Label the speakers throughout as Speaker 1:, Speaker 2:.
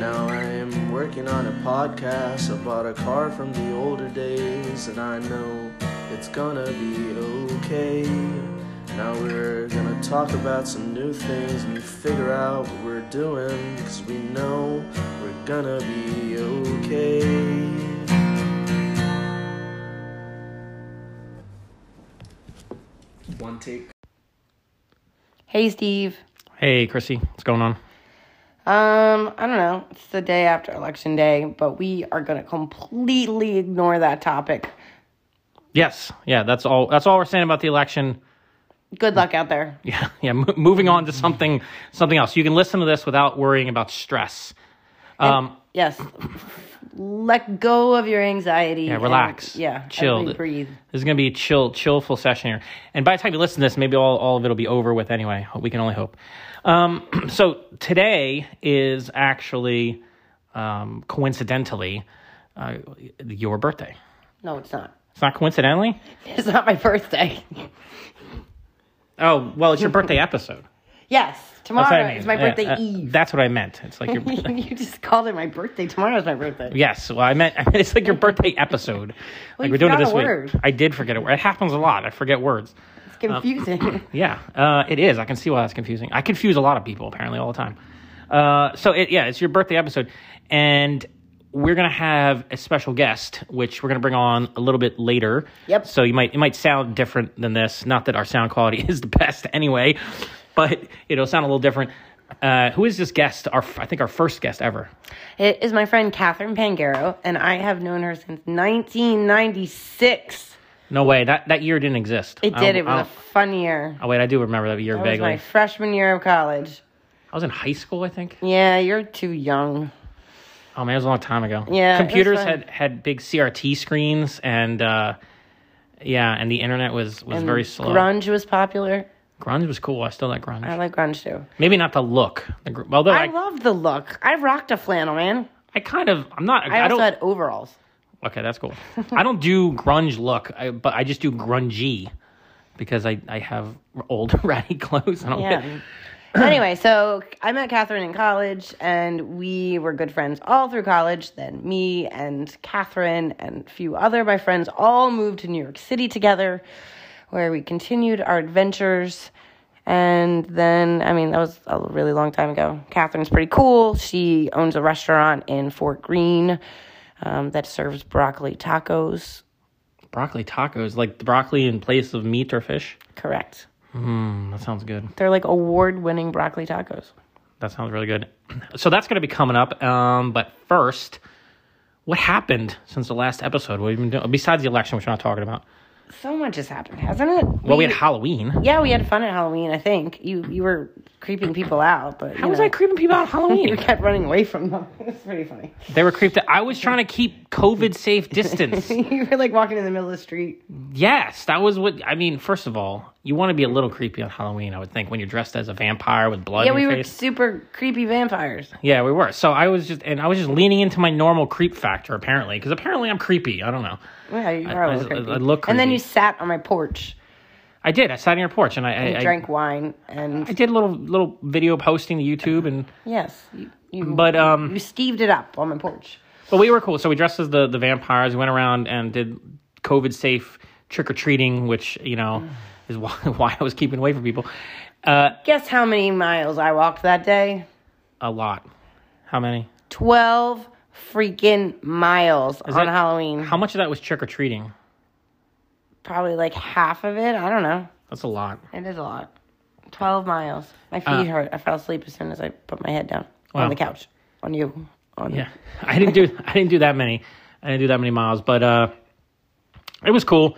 Speaker 1: Now I am working on a podcast. I bought a car from the older days, and I know it's gonna be okay. Now we're gonna talk about some new things and figure out what we're doing, cause we know we're gonna be okay. One take.
Speaker 2: Hey, Steve.
Speaker 3: Hey, Chrissy, what's going on?
Speaker 2: Um, I don't know. It's the day after election day, but we are going to completely ignore that topic.
Speaker 3: Yes, yeah, that's all. That's all we're saying about the election.
Speaker 2: Good luck out there.
Speaker 3: Yeah, yeah. M- moving on to something, something else. You can listen to this without worrying about stress. Um,
Speaker 2: Yes. Let go of your anxiety.
Speaker 3: yeah,
Speaker 2: and-
Speaker 3: relax.
Speaker 2: yeah.
Speaker 3: chill.
Speaker 2: everybody Breathe.
Speaker 3: This is gonna be a chill, chillful session here. And by the time you listen to this, maybe all, all of it'll be over with anyway. We can only hope. Um, so today is actually, um, coincidentally, uh, your birthday.
Speaker 2: No, it's not.
Speaker 3: It's not coincidentally.
Speaker 2: It's not my birthday.
Speaker 3: Oh well, it's your birthday episode.
Speaker 2: yes.
Speaker 3: That's what I
Speaker 2: Tomorrow
Speaker 3: mean.
Speaker 2: is my
Speaker 3: Yeah,
Speaker 2: birthday
Speaker 3: uh,
Speaker 2: eve.
Speaker 3: That's what I meant. It's like your
Speaker 2: you just called it my birthday. Tomorrow is my birthday.
Speaker 3: yes. Well, I meant I meant it's like your birthday episode. like
Speaker 2: you
Speaker 3: we're doing it
Speaker 2: forgot
Speaker 3: this
Speaker 2: a
Speaker 3: week.
Speaker 2: word.
Speaker 3: I did forget a word. It happens a lot. I forget words.
Speaker 2: It's confusing.
Speaker 3: Yeah, uh, it is. I can see why that's confusing. I confuse a lot of people apparently all the time. Uh, so it, yeah, it's your birthday episode, and we're gonna have a special guest, which we're gonna bring on a little bit later.
Speaker 2: Yep.
Speaker 3: So you might it might sound different than this. Not that our sound quality is the best anyway, but it'll sound a little different. Uh, who is this guest? Our I think our first guest ever.
Speaker 2: it is my friend Catherine Pangaro, and I have known her since 1996.
Speaker 3: No way. That that year didn't exist.
Speaker 2: It
Speaker 3: I
Speaker 2: did.
Speaker 3: don't-
Speaker 2: It
Speaker 3: I
Speaker 2: was a
Speaker 3: don't-
Speaker 2: fun year.
Speaker 3: Oh wait, I do remember that year
Speaker 2: That was
Speaker 3: vaguely.
Speaker 2: my freshman year of college.
Speaker 3: I was in high school, I think.
Speaker 2: Yeah, you're too young.
Speaker 3: Oh man, it was a long time ago.
Speaker 2: Yeah, it was
Speaker 3: computers
Speaker 2: fun.
Speaker 3: had had big CRT screens, and uh, yeah, and the internet was was very slow.
Speaker 2: Grunge was popular.
Speaker 3: grunge was cool. I still like grunge.
Speaker 2: I like grunge too.
Speaker 3: Maybe not the look. The gr- although
Speaker 2: I
Speaker 3: I, I,
Speaker 2: love the look. I rocked a flannel, man.
Speaker 3: kind of I'm not.
Speaker 2: I,
Speaker 3: I,
Speaker 2: also
Speaker 3: don't.
Speaker 2: had overalls.
Speaker 3: okay, that's cool. I don't do grunge look, I, but I just do grungy because I I have old ratty clothes. I don't.
Speaker 2: Yeah. anyway, so I met Catherine in college, and we were good friends all through college. Then me and Catherine and a few other of my friends all moved to New York City together, where we continued our adventures. And then, I mean, that was a really long time ago. Catherine's pretty cool. She owns a restaurant in Fort Greene um, that serves broccoli tacos.
Speaker 3: Broccoli tacos, like the broccoli in place of meat or fish. Mm,
Speaker 2: Correct.
Speaker 3: That sounds good.
Speaker 2: They're like award winning broccoli tacos.
Speaker 3: That sounds really good. So that's going to be coming up. Um, but first, what happened since the last episode? What have you been doing besides the election, which we're not talking about?
Speaker 2: So much has happened, hasn't it?
Speaker 3: Well, we had Halloween.
Speaker 2: Yeah, we had fun at Halloween. I think you you were creeping people out, but you
Speaker 3: How was
Speaker 2: know,
Speaker 3: I creeping people out on
Speaker 2: You
Speaker 3: Halloween?
Speaker 2: kept running away from them. It was pretty funny.
Speaker 3: they were creeped. out. I was trying to keep COVID safe distance.
Speaker 2: you were like walking in the middle of the street.
Speaker 3: yes, that was what I mean. First of all, you want to be a little creepy on Halloween, I would think, when you're dressed as a vampire with blood.
Speaker 2: Yeah,
Speaker 3: in
Speaker 2: we
Speaker 3: your
Speaker 2: were
Speaker 3: face.
Speaker 2: super creepy vampires.
Speaker 3: Yeah, we were. So I was just, and I was just leaning into my normal creep factor apparently, because apparently I'm creepy. I don't know.
Speaker 2: Yeah, you were a
Speaker 3: I-
Speaker 2: little
Speaker 3: I-
Speaker 2: creepy.
Speaker 3: I look
Speaker 2: And then
Speaker 3: creepy.
Speaker 2: you sat on my porch.
Speaker 3: I did. I sat on your porch and I,
Speaker 2: You
Speaker 3: I, I
Speaker 2: drank wine, and
Speaker 3: I did a little little video posting to YouTube and
Speaker 2: yes, you, you
Speaker 3: but um
Speaker 2: you steved it up on my porch.
Speaker 3: but we were cool. So we dressed as the the vampires, went around and did COVID safe trick or treating, which you know is why, why I was keeping away from people. Uh,
Speaker 2: Guess how many miles I walked that day?
Speaker 3: a lot. How many?
Speaker 2: Twelve freaking miles on
Speaker 3: that-
Speaker 2: Halloween.
Speaker 3: How much of that was trick or treating?
Speaker 2: Probably like half of it. I don't know.
Speaker 3: That's a lot.
Speaker 2: It is a lot. 12 miles. My feet hurt. I fell asleep as soon as I put my head down
Speaker 3: Ah. Wow.
Speaker 2: on the couch. On you. On
Speaker 3: Yeah, I didn't do I didn't do that many. I didn't do that many miles, but uh, it was cool.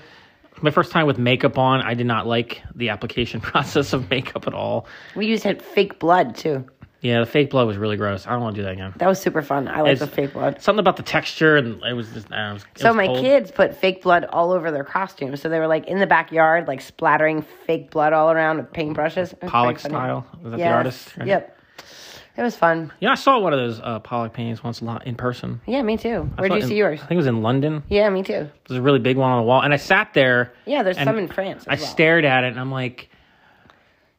Speaker 3: My first time with makeup on, I did not like the application process of makeup at all.
Speaker 2: We used had fake blood too.
Speaker 3: Yeah, the fake blood was really gross. I don't want to do that again.
Speaker 2: That was super fun. I like the
Speaker 3: It's-
Speaker 2: fake blood.
Speaker 3: Something about the texture and it was just. I don't know, it was- it
Speaker 2: So
Speaker 3: was
Speaker 2: my
Speaker 3: cold.
Speaker 2: kids put fake blood all over their costumes. So they were like in the backyard, like splattering fake blood all around with paintbrushes. It was
Speaker 3: Pollock
Speaker 2: pretty funny.
Speaker 3: style. Was that the
Speaker 2: Yes.
Speaker 3: artist? Right.
Speaker 2: Yep. It was fun.
Speaker 3: Yeah, I saw one of those uh, Pollock paintings once a lot in person.
Speaker 2: Yeah, me too.
Speaker 3: I
Speaker 2: Where did
Speaker 3: saw
Speaker 2: you
Speaker 3: it in-
Speaker 2: see yours?
Speaker 3: I think it was in London.
Speaker 2: Yeah, me too.
Speaker 3: There's a really big one on the wall, and I sat there.
Speaker 2: Yeah, there's
Speaker 3: and
Speaker 2: some in France. As
Speaker 3: I
Speaker 2: well.
Speaker 3: stared at it, and I'm like,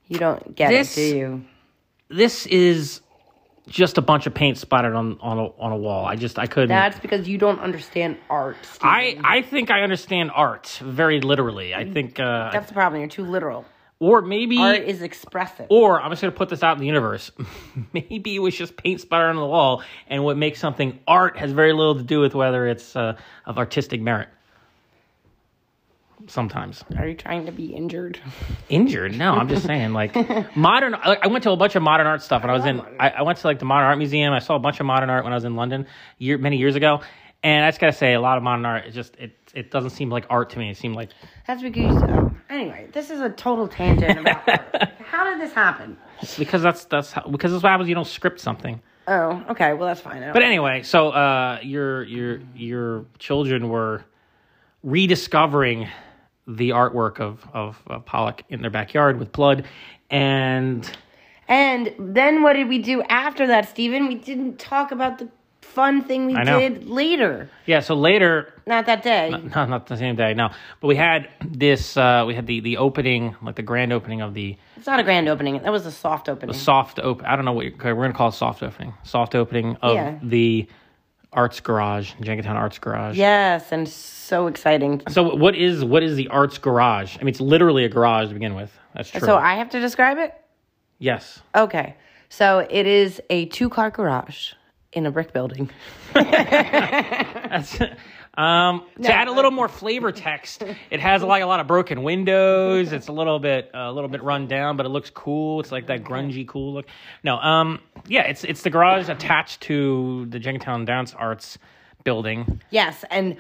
Speaker 2: You don't get
Speaker 3: This-
Speaker 2: it, do you?
Speaker 3: "This is just a bunch of paint splattered on on a, on a wall." I just I couldn't.
Speaker 2: That's because you don't understand art. Steve.
Speaker 3: I I think I understand art very literally. I think, uh,
Speaker 2: That's the problem. You're too literal.
Speaker 3: or maybe,
Speaker 2: Art is expressive.
Speaker 3: or I'm just gonna put this out in the universe. maybe it was just paint splattered on the wall, and what makes something art has very little to do with whether it's uh, of artistic merit. Sometimes.
Speaker 2: Are you trying to be injured?
Speaker 3: injured. No, I'm just saying like modern. Like, I went to a bunch of modern art stuff when I was in. I, I went to like the modern art museum. I saw a bunch of modern art when I was in London year, many years ago, and I just gotta say, a lot of modern art it just it it doesn't seem like art to me. It seemed like
Speaker 2: That's because. oh, anyway, this is a total tangent about art. How did this happen?
Speaker 3: because that's that's how, because that's what happens. You don't script something.
Speaker 2: Oh, okay. Well, that's fine. I
Speaker 3: But anyway, so uh, your your your children were rediscovering the artwork of of, of Pollock in their backyard with blood, and
Speaker 2: And then what did we do after that, Stephen? We didn't talk about the fun thing we
Speaker 3: I know.
Speaker 2: did later.
Speaker 3: yeah. So later,
Speaker 2: Not that day.
Speaker 3: no, not the same day. No, but we had this. Uh, we had the the opening, like the grand opening of the
Speaker 2: It's not a grand opening. That was a soft opening.
Speaker 3: soft open. I don't know what you, okay, we're gonna call it soft opening. Soft opening of
Speaker 2: Yeah.
Speaker 3: the Arts Garage, Jenkintown Arts Garage.
Speaker 2: yes, and so exciting.
Speaker 3: So what is what is the Arts Garage? I mean, it's literally a garage to begin with. That's true.
Speaker 2: So I have to describe it?
Speaker 3: yes,
Speaker 2: Okay. So it is a two car garage in a brick building.
Speaker 3: That's- um, to add a little more flavor text, it has like a lot of broken windows. It's a little bit a little bit run down, but it looks cool. It's like that grungy cool look. No, um, yeah, it's it's the garage attached to the Jenkintown Dance Arts building.
Speaker 2: Yes, and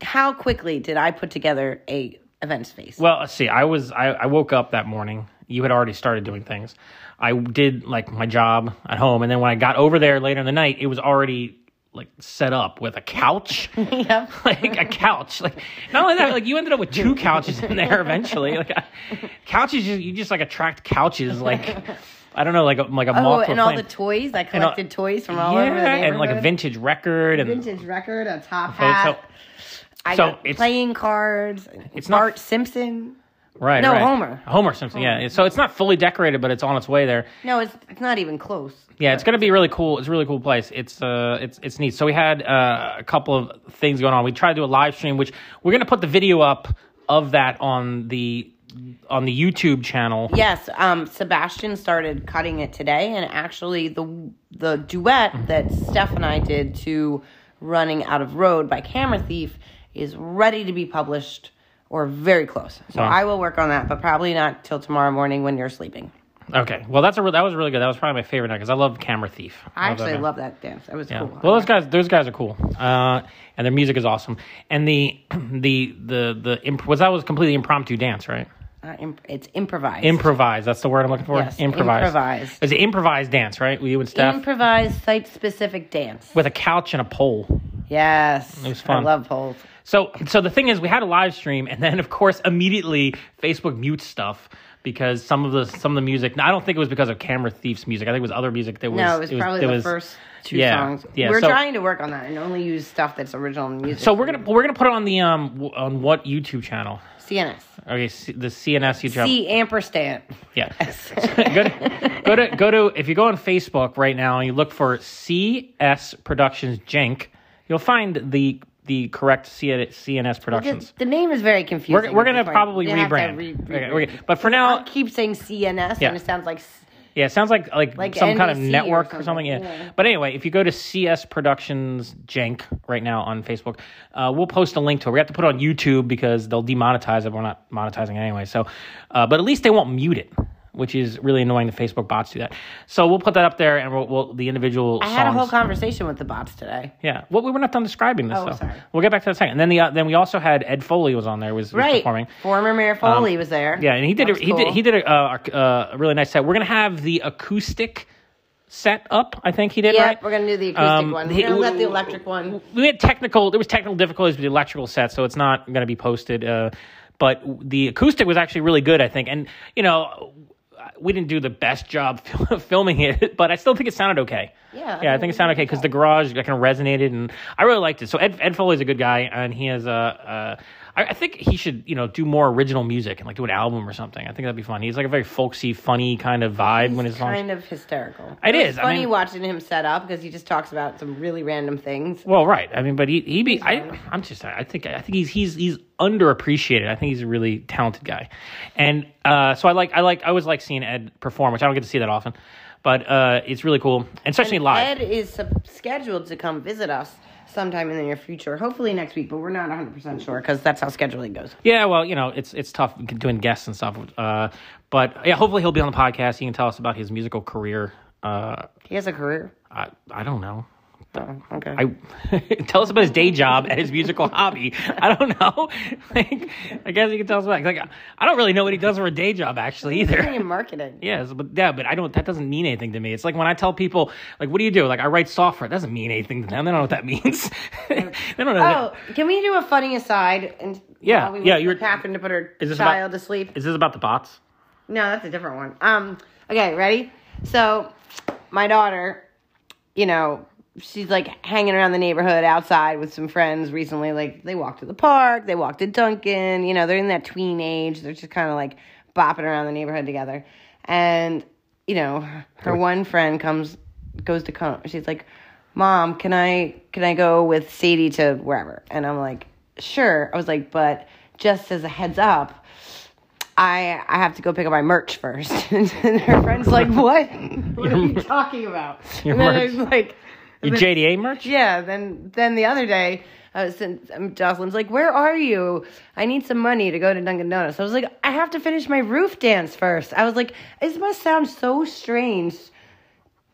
Speaker 2: how quickly did I put together a event space?
Speaker 3: Well, let's see. I was I, I woke up that morning. You had already started doing things. I did like my job at home, and then when I got over there later in the night, it was already like set up with a couch.
Speaker 2: Yep.
Speaker 3: like a couch. Like not only that, like you ended up with two couches in there eventually. Like I, couches, just, you just like attract couches. Like I don't know, like a, like a
Speaker 2: Oh,
Speaker 3: moth to a
Speaker 2: and all the
Speaker 3: flame.
Speaker 2: toys. I
Speaker 3: And all-
Speaker 2: collected toys from all
Speaker 3: yeah,
Speaker 2: over the neighborhood.
Speaker 3: and like a vintage record, and
Speaker 2: vintage record, a top
Speaker 3: so-
Speaker 2: hat. I
Speaker 3: so
Speaker 2: got
Speaker 3: it's-
Speaker 2: playing cards.
Speaker 3: It's
Speaker 2: It's
Speaker 3: not-
Speaker 2: Bart Simpson.
Speaker 3: right,
Speaker 2: No,
Speaker 3: right.
Speaker 2: Homer.
Speaker 3: Homer Simpson. Yeah, so it's not fully decorated, but it's on its way there.
Speaker 2: No, it's it's not even close.
Speaker 3: Yeah, it's gonna be really cool. It's a really cool place. It's uh, it's it's neat. So we had uh, a couple of things going on. We tried to do a live stream, which we're gonna put the video up of that on the on the YouTube channel.
Speaker 2: Yes, um, Sebastian started cutting it today, and actually the the
Speaker 3: Mm-hmm.
Speaker 2: duet that Steph and I did to "Running Out of Road" by Camera Thief is ready to be published or very close. So
Speaker 3: Wow.
Speaker 2: I will work on that, but probably not till tomorrow morning when you're sleeping.
Speaker 3: Okay. Well, that's a re- that was really good. That was probably my favorite night because I love Camera Thief.
Speaker 2: I
Speaker 3: that
Speaker 2: actually
Speaker 3: band.
Speaker 2: love that dance. That was
Speaker 3: Yeah.
Speaker 2: cool.
Speaker 3: Well, those guys, those guys are cool, uh, and their music is awesome. And the the the the imp- was that was completely impromptu dance, right?
Speaker 2: Uh, imp- it's improvised.
Speaker 3: Improvised. That's the word I'm looking for.
Speaker 2: Yes,
Speaker 3: improvised.
Speaker 2: improvised.
Speaker 3: It was an improvised dance, right? You and Steph
Speaker 2: improvised site specific dance.
Speaker 3: with a couch and a pole.
Speaker 2: Yes. It
Speaker 3: was fun.
Speaker 2: I love polls.
Speaker 3: So so the thing is, we had a live stream, and then of course immediately Facebook mutes stuff. Because some of the some of the music, I don't think it was because of Camera Thief's music. I think it was other music that was.
Speaker 2: No, it was probably
Speaker 3: that
Speaker 2: the
Speaker 3: was-
Speaker 2: first two
Speaker 3: yeah,
Speaker 2: songs.
Speaker 3: yeah,
Speaker 2: we're
Speaker 3: so-
Speaker 2: trying to work on that and only use stuff that's original music.
Speaker 3: So we're gonna we're gonna put it on the um w- on what YouTube channel?
Speaker 2: CNS.
Speaker 3: Okay, C- the CNS YouTube.
Speaker 2: C ampersand.
Speaker 3: yeah. go, to, go to go to if you go on Facebook right now and you look for CS Productions Jenk, you'll find the the correct C- CNS Productions.
Speaker 2: The, the name is very confusing.
Speaker 3: we're we're gonna
Speaker 2: It's like,
Speaker 3: probably
Speaker 2: you have to
Speaker 3: rebrand.
Speaker 2: re-
Speaker 3: Okay,
Speaker 2: rebrand.
Speaker 3: we're gonna- but for
Speaker 2: I
Speaker 3: now,
Speaker 2: keep saying CNS
Speaker 3: Yeah.
Speaker 2: and it sounds like s-
Speaker 3: yeah, it sounds like like,
Speaker 2: Like
Speaker 3: some kind of
Speaker 2: NBC or
Speaker 3: network or
Speaker 2: something,
Speaker 3: something. yeah.
Speaker 2: yeah.
Speaker 3: But anyway, if you go to CS Productions Jenk right now on Facebook, uh, we'll post a link to it. We have to put it on YouTube because they'll demonetize it. We're not monetizing it anyway. So, uh, but at least they won't mute it, which is really annoying. The Facebook bots do that. So we'll put that up there, and we'll, we'll the individual.
Speaker 2: I had a
Speaker 3: songs-
Speaker 2: whole conversation with the bots today.
Speaker 3: Yeah. Well, we were not done describing this.
Speaker 2: Oh,
Speaker 3: though.
Speaker 2: sorry.
Speaker 3: We'll get back to that in a second. And then the uh, then we also had Ed Foley was on there. Was, was
Speaker 2: Right.
Speaker 3: performing. Um,
Speaker 2: Former Mayor Foley was there.
Speaker 3: Yeah, and he did.
Speaker 2: That was
Speaker 3: A, uh, he did.
Speaker 2: cool.
Speaker 3: He did a, uh, a really nice set. We're gonna have the acoustic set up. I think he did
Speaker 2: Yep,
Speaker 3: right.
Speaker 2: we're gonna do the acoustic
Speaker 3: Um,
Speaker 2: one.
Speaker 3: he-
Speaker 2: We're gonna let the electric one.
Speaker 3: we had technical there was technical difficulties with the electrical set so it's not going to be posted uh, but w- the acoustic was actually really good i think and you know we didn't do the best job fil- filming it but i still think it sounded okay
Speaker 2: Yeah, I
Speaker 3: yeah i
Speaker 2: think
Speaker 3: think
Speaker 2: it
Speaker 3: it sounded okay because the garage kind of resonated and i really liked it so ed, ed foley's a good guy and he has a uh, I I think he should, you know, do more original music and like do an album or something. I think that'd be fun. He's like a very folksy, funny kind of vibe when his songs.
Speaker 2: Kind of hysterical.
Speaker 3: It
Speaker 2: was
Speaker 3: is, I
Speaker 2: funny
Speaker 3: mean-
Speaker 2: watching him set up because he just talks about some really random things.
Speaker 3: Well, right. I mean, but he he be I I'm just I think I think he's he's he's underappreciated. I think he's a really talented guy, and uh, so I like I like I always like seeing Ed perform, which I don't get to see that often, but uh, it's really cool, and especially live.
Speaker 2: Ed is sup- scheduled to come visit us sometime in the near future, hopefully next week, but we're not 100 percent sure because that's how scheduling goes.
Speaker 3: yeah, well, you know, it's it's tough doing guests and stuff, uh, but yeah, hopefully he'll be on the podcast. He can tell us about his musical career. Uh,
Speaker 2: He has a career.
Speaker 3: I I don't know.
Speaker 2: Oh, okay.
Speaker 3: I tell us about his day job and his musical hobby. I don't know. Like, I guess you can tell us about. Like, I don't really know what he does for a day job actually either.
Speaker 2: in marketing.
Speaker 3: Yes, but yeah, but I don't. That doesn't mean anything to me. It's like when I tell people, like, "What do you do?" Like, I write software. It doesn't mean anything to them. They don't know what that means. they don't know.
Speaker 2: Oh,
Speaker 3: that.
Speaker 2: can we do a funny aside? And
Speaker 3: Yeah,
Speaker 2: while we
Speaker 3: yeah,
Speaker 2: wait for
Speaker 3: you're-
Speaker 2: Catherine to put her
Speaker 3: Is this about-
Speaker 2: child to sleep.
Speaker 3: Is this about the bots?
Speaker 2: No, that's a different one. Um, okay, ready? So, my daughter, you know, she's like hanging around the neighborhood outside with some friends recently. Like, they walked to the park, they walked to Duncan, you know, they're in that tween age. They're just kind of like bopping around the neighborhood together. And, you know, her one friend comes, goes to come, she's like, Mom, can I can I go with Sadie to wherever? And I'm like, sure. I was like, but just as a heads up, I I have to go pick up my merch first. and her friend's like, What? what are you talking about?
Speaker 3: Your
Speaker 2: and then I was
Speaker 3: merch.
Speaker 2: like
Speaker 3: Your JDA merch?
Speaker 2: Yeah, then then the other day I was in, um, Jocelyn's like, Where are you? I need some money to go to Dunkin' Donuts. I was like, I have to finish my roof dance first. I was like, This must sound so strange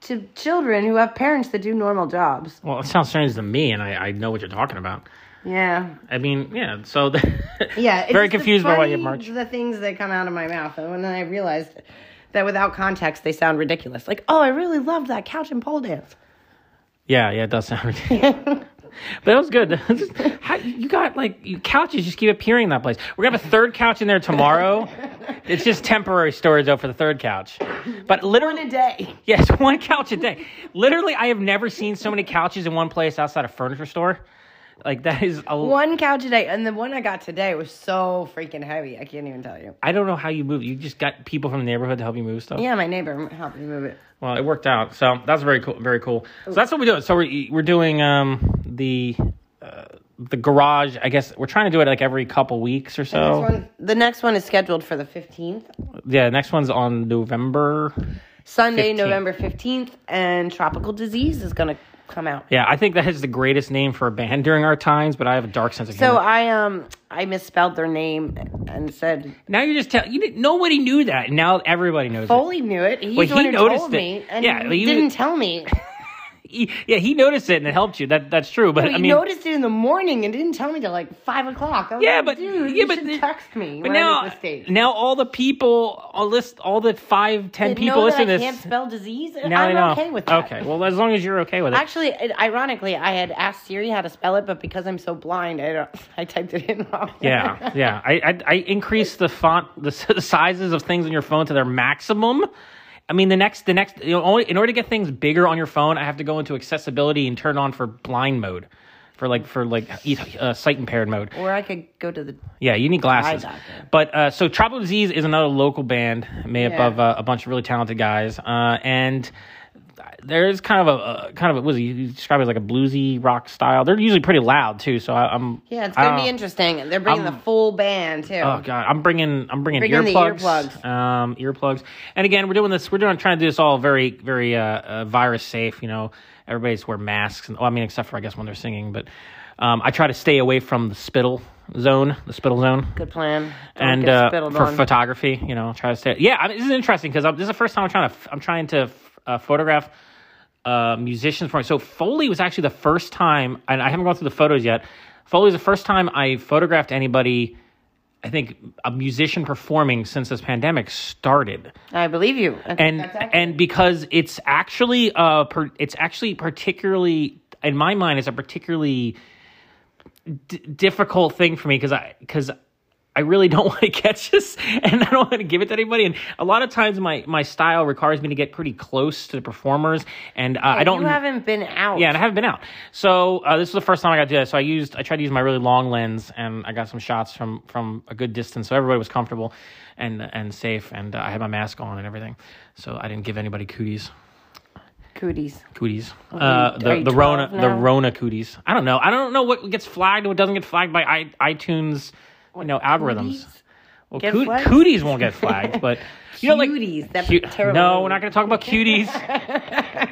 Speaker 2: to children who have parents that do normal jobs.
Speaker 3: Well, it sounds strange to me, and I, I know what you're talking about.
Speaker 2: Yeah.
Speaker 3: I mean, yeah. So, the,
Speaker 2: Yeah, it's
Speaker 3: very
Speaker 2: just the
Speaker 3: confused by why you
Speaker 2: funny-
Speaker 3: merch.
Speaker 2: The things that come out of my mouth, and when I realized that without context they sound ridiculous. Like, oh, I really loved that couch and pole dance.
Speaker 3: Yeah, yeah, it does sound ridiculous. but it was good. How, you got like you, couches just keep appearing in that place. We're gonna have a third couch in there tomorrow. it's just temporary storage though for the third couch. But literally,
Speaker 2: In a day,
Speaker 3: yes, one couch a day. Literally, I have never seen so many couches in one place outside a furniture store. Like that is a.
Speaker 2: one couch a day, and the one I got today was so freaking heavy. I can't even tell you.
Speaker 3: I don't know how you move. You just got people from the neighborhood to help you move stuff.
Speaker 2: Yeah, my neighbor helped me move it.
Speaker 3: Well, it worked out. So that's very cool. Very cool. So that's what we're doing. So we're we're doing um the uh, the garage. I guess we're trying to do it like every couple weeks or so.
Speaker 2: This one- the next one is scheduled for the fifteenth,
Speaker 3: yeah, next one's on November.
Speaker 2: Sunday,
Speaker 3: 15th.
Speaker 2: November fifteenth, and Tropical Disease is gonna come out.
Speaker 3: Yeah, I think that is the greatest name for a band during our times. But I have a dark sense of humor.
Speaker 2: So I um I misspelled their name and said
Speaker 3: now you're just telling you didn't, nobody knew that. and Now everybody knows. it.
Speaker 2: Foley knew it. He's
Speaker 3: Well,
Speaker 2: the one
Speaker 3: he
Speaker 2: who
Speaker 3: noticed
Speaker 2: told
Speaker 3: it.
Speaker 2: me, and
Speaker 3: Yeah, well,
Speaker 2: he
Speaker 3: you-
Speaker 2: didn't tell me.
Speaker 3: He- yeah, he noticed it and it helped you. That that's true. But
Speaker 2: But
Speaker 3: I
Speaker 2: you
Speaker 3: mean,
Speaker 2: noticed it in the morning and didn't tell me till like five o'clock. I was
Speaker 3: Yeah,
Speaker 2: like,
Speaker 3: but-
Speaker 2: dude,
Speaker 3: yeah,
Speaker 2: you
Speaker 3: but
Speaker 2: should
Speaker 3: the-
Speaker 2: text me.
Speaker 3: but
Speaker 2: when I
Speaker 3: now
Speaker 2: make mistakes.
Speaker 3: now all the people all list all the five ten
Speaker 2: They
Speaker 3: people
Speaker 2: know
Speaker 3: listening
Speaker 2: that I
Speaker 3: to
Speaker 2: can't
Speaker 3: this.
Speaker 2: spell disease.
Speaker 3: Now
Speaker 2: I'm
Speaker 3: they know.
Speaker 2: okay with that.
Speaker 3: Okay, well as long as you're okay with it.
Speaker 2: Actually, it- ironically, I had asked Siri how to spell it, but because I'm so blind, I don't. I typed it in wrong.
Speaker 3: Yeah, yeah. I, I I increase the font, the, s- the sizes of things on your phone to their maximum. I mean, the next, the next, you know, only, in order to get things bigger on your phone, I have to go into accessibility and turn on for blind mode, for like for like e- uh, sight impaired mode.
Speaker 2: or I could go to the.
Speaker 3: Yeah, you need glasses.
Speaker 2: doctor.
Speaker 3: But uh, so Tropical Disease is another local band made
Speaker 2: Yeah.
Speaker 3: up of uh, a bunch of really talented guys, uh, and there's kind of a, a kind of a, what is it, you describe it as like a bluesy rock style. They're usually pretty loud too, so I, I'm
Speaker 2: Yeah, it's
Speaker 3: I
Speaker 2: gonna
Speaker 3: don't-
Speaker 2: be interesting. They're bringing the full band too.
Speaker 3: Um, Oh god, I'm bringing I'm bringing
Speaker 2: Bringing the
Speaker 3: earplugs,
Speaker 2: earplugs.
Speaker 3: um, earplugs. And again, we're doing this. We're doing trying to do this all very very uh, uh, virus safe. You know, everybody's wear masks. And, well, I mean, except for I guess when they're singing. But um, I try to stay away from the spittle zone, the spittle zone,
Speaker 2: Good plan. Don't
Speaker 3: and
Speaker 2: get
Speaker 3: uh,
Speaker 2: spittled
Speaker 3: for
Speaker 2: on.
Speaker 3: photography. You know, try to stay. Yeah, I mean, this is interesting because this is the first time I'm trying to f- I'm trying to f- uh, photograph. Uh, musicians for so Foley was actually the first time, and I haven't gone through the photos yet. Foley was the first time I photographed anybody I think a musician performing since this pandemic started.
Speaker 2: I believe you. I think
Speaker 3: and
Speaker 2: that's accurate.
Speaker 3: and because it's actually uh per, it's actually particularly in my mind it's a particularly d- difficult thing for me because I because I really don't want to catch this and I don't want to give it to anybody and a lot of times my my style requires me to get pretty close to the performers and uh, I don't
Speaker 2: You haven't been out.
Speaker 3: yeah, and I haven't been out. So uh, this is the first time I got to do that. So I used, I tried to use my really long lens, and I got some shots from from a good distance, so everybody was comfortable and and safe, and uh, I had my mask on and everything, so I didn't give anybody cooties,
Speaker 2: Cooties.
Speaker 3: cooties, uh,
Speaker 2: are
Speaker 3: the
Speaker 2: you
Speaker 3: the Rona
Speaker 2: 12
Speaker 3: the
Speaker 2: now?
Speaker 3: Rona cooties. I don't know. I don't know what gets flagged, what doesn't get flagged by I, iTunes, you know, algorithms. Well,
Speaker 2: Get
Speaker 3: coo-
Speaker 2: flagged?
Speaker 3: cooties won't get flagged, but you know, like
Speaker 2: Cuties. That's
Speaker 3: Cu-
Speaker 2: a terrible.
Speaker 3: No, we're
Speaker 2: word.
Speaker 3: not going to talk about cuties.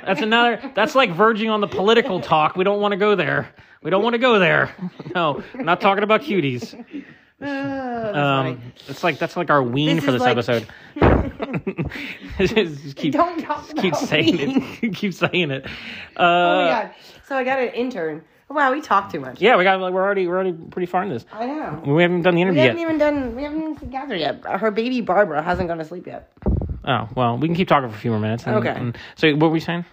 Speaker 3: that's another. That's like verging on the political talk. We don't want to go there. We don't want to go there. No, we're not talking about cuties.
Speaker 2: Oh, that's
Speaker 3: Um,
Speaker 2: funny.
Speaker 3: it's like that's like our wean
Speaker 2: This
Speaker 3: for
Speaker 2: is
Speaker 3: this
Speaker 2: like-
Speaker 3: episode. just, keep,
Speaker 2: Don't talk
Speaker 3: just keep
Speaker 2: about
Speaker 3: saying
Speaker 2: wean.
Speaker 3: it. keep saying it.
Speaker 2: oh
Speaker 3: Uh,
Speaker 2: my god. So I got an intern. Wow, we talk too much.
Speaker 3: yeah, we got. Like, we're already we're already pretty far in this.
Speaker 2: I know.
Speaker 3: We haven't done the
Speaker 2: We
Speaker 3: interview yet.
Speaker 2: haven't even done. We haven't even gathered yet. Her baby Barbara hasn't gone to sleep yet.
Speaker 3: Oh well, we can keep talking for a few more minutes. and-
Speaker 2: Okay.
Speaker 3: and- so what were we saying?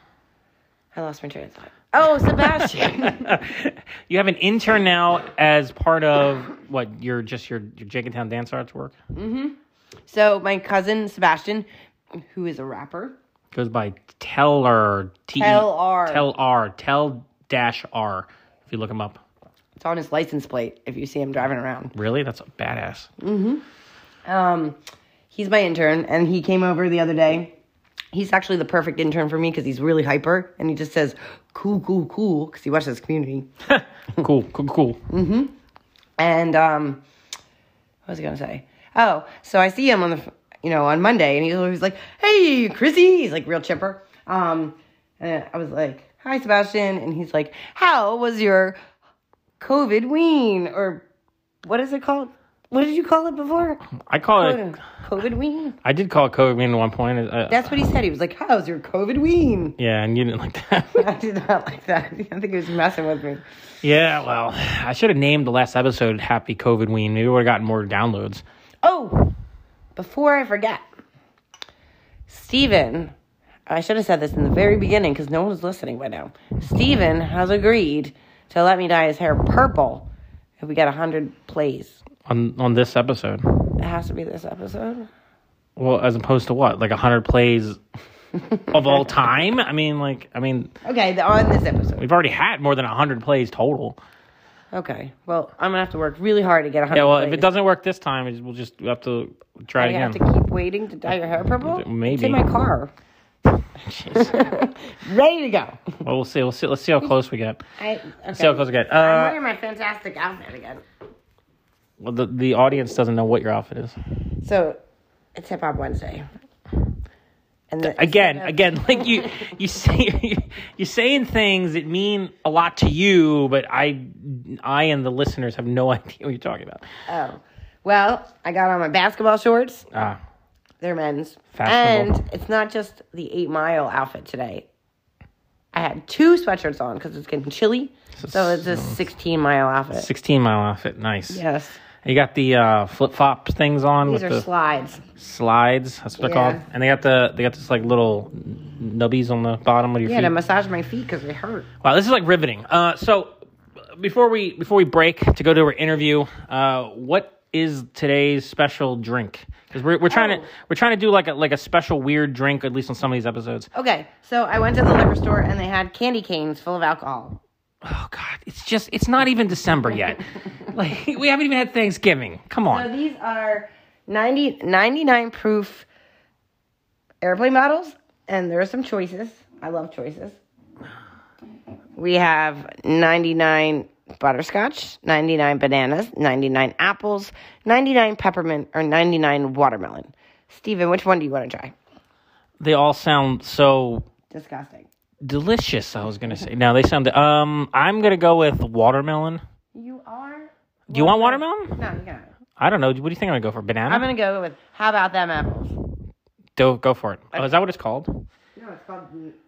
Speaker 2: I lost my train of thought. Oh, Sebastian.
Speaker 3: You have an intern now as part of what? Your just your your Jenkintown dance arts work
Speaker 2: so my cousin Sebastian, who is a rapper,
Speaker 3: goes by Teller. T-
Speaker 2: Tell R.
Speaker 3: Tell R. Tell dash R. If you look him up,
Speaker 2: it's on his license plate. If you see him driving around,
Speaker 3: really, that's a badass.
Speaker 2: um, he's my intern, and he came over the other day. He's actually the perfect intern for me because he's really hyper, and he just says "cool, cool, cool" because he watches Community.
Speaker 3: cool, cool, cool.
Speaker 2: And um, what was I gonna say? Oh, so I see him on the f- you know on Monday, and he's always like, "Hey, Chrissy," he's like real chipper. Um, and I was like, "Hi, Sebastian," and he's like, "How was your COVID wean or what is it called? What did you call it before?
Speaker 3: I call it.
Speaker 2: COVID wean.
Speaker 3: I did call it COVID at one point. uh,
Speaker 2: That's what he said. He was like, "How's your COVID wean?"
Speaker 3: yeah, and you didn't like that.
Speaker 2: I did not like that. I think he was messing with me.
Speaker 3: yeah, well, I should have named the last episode "Happy COVID Ween." Maybe we would have gotten more downloads.
Speaker 2: Oh, before I forget, Steven, I should have said this in the very beginning because no one's listening by now. Steven has agreed to let me dye his hair purple if we get 100 plays.
Speaker 3: on on this episode.
Speaker 2: It has to be this episode.
Speaker 3: Well, as opposed to what? Like hundred plays of all time? I mean, like, I mean,
Speaker 2: Okay, the, on this episode.
Speaker 3: we've already had more than hundred plays total.
Speaker 2: Okay, well, I'm going to have to work really hard to get 100
Speaker 3: Yeah. Well,
Speaker 2: plays.
Speaker 3: if it doesn't work this time, it's- we'll just we'll have to try
Speaker 2: I
Speaker 3: it
Speaker 2: have to
Speaker 3: again.
Speaker 2: keep waiting to dye your hair purple?
Speaker 3: Maybe.
Speaker 2: It's in my car.
Speaker 3: Jeez.
Speaker 2: Ready to go.
Speaker 3: well, we'll see. We'll see. Let's see how close we get.
Speaker 2: I, okay.
Speaker 3: See how close we get.
Speaker 2: I'm
Speaker 3: Uh,
Speaker 2: wearing my fantastic outfit again.
Speaker 3: well, the the audience doesn't know what your outfit is.
Speaker 2: So it's Hip Hop Wednesday. And the,
Speaker 3: Again, again, like you you say you're saying things that mean a lot to you, but I I and the listeners have no idea what you're talking about.
Speaker 2: Oh, well, I got on my basketball shorts.
Speaker 3: Ah.
Speaker 2: They're men's.
Speaker 3: Fashionable.
Speaker 2: And it's not just the eight mile outfit today. I had two sweatshirts on because it's getting chilly. So it's a 16 mile outfit.
Speaker 3: 16 mile outfit. Nice.
Speaker 2: Yes.
Speaker 3: You got the uh, flip flop things on
Speaker 2: These
Speaker 3: with
Speaker 2: are
Speaker 3: the
Speaker 2: slides.
Speaker 3: slides. That's what they're
Speaker 2: Yeah.
Speaker 3: called. And they got the they got this like little n- nubbies on the bottom of your
Speaker 2: Yeah, and I
Speaker 3: feet.
Speaker 2: massaged my feet because they hurt.
Speaker 3: wow, this is like riveting. Uh, so before we before we break to go to our interview, uh, what is today's special drink? Because we're, we're trying
Speaker 2: Oh.
Speaker 3: to we're trying to do like a like a special weird drink at least on some of these episodes.
Speaker 2: Okay, so I went to the liquor store and they had candy canes full of alcohol.
Speaker 3: Oh God, it's just it's not even December yet. like we haven't even had Thanksgiving. Come on.
Speaker 2: So these are 90, 99 proof airplane models, and there are some choices. I love choices. We have 99 butterscotch, 99 bananas, 99 apples, 99 peppermint, or 99 watermelon. Steven, which one do you want to try?
Speaker 3: they all sound so
Speaker 2: Disgusting.
Speaker 3: delicious. I was gonna say. No, they sound. Um, I'm gonna go with watermelon.
Speaker 2: You are?
Speaker 3: Do you want watermelon?
Speaker 2: No, you got it.
Speaker 3: I don't know. What do you think I'm gonna go for? Banana.
Speaker 2: I'm going to go with, how about them apples?
Speaker 3: Go go for it. Oh, is that what it's called?
Speaker 2: No, it's called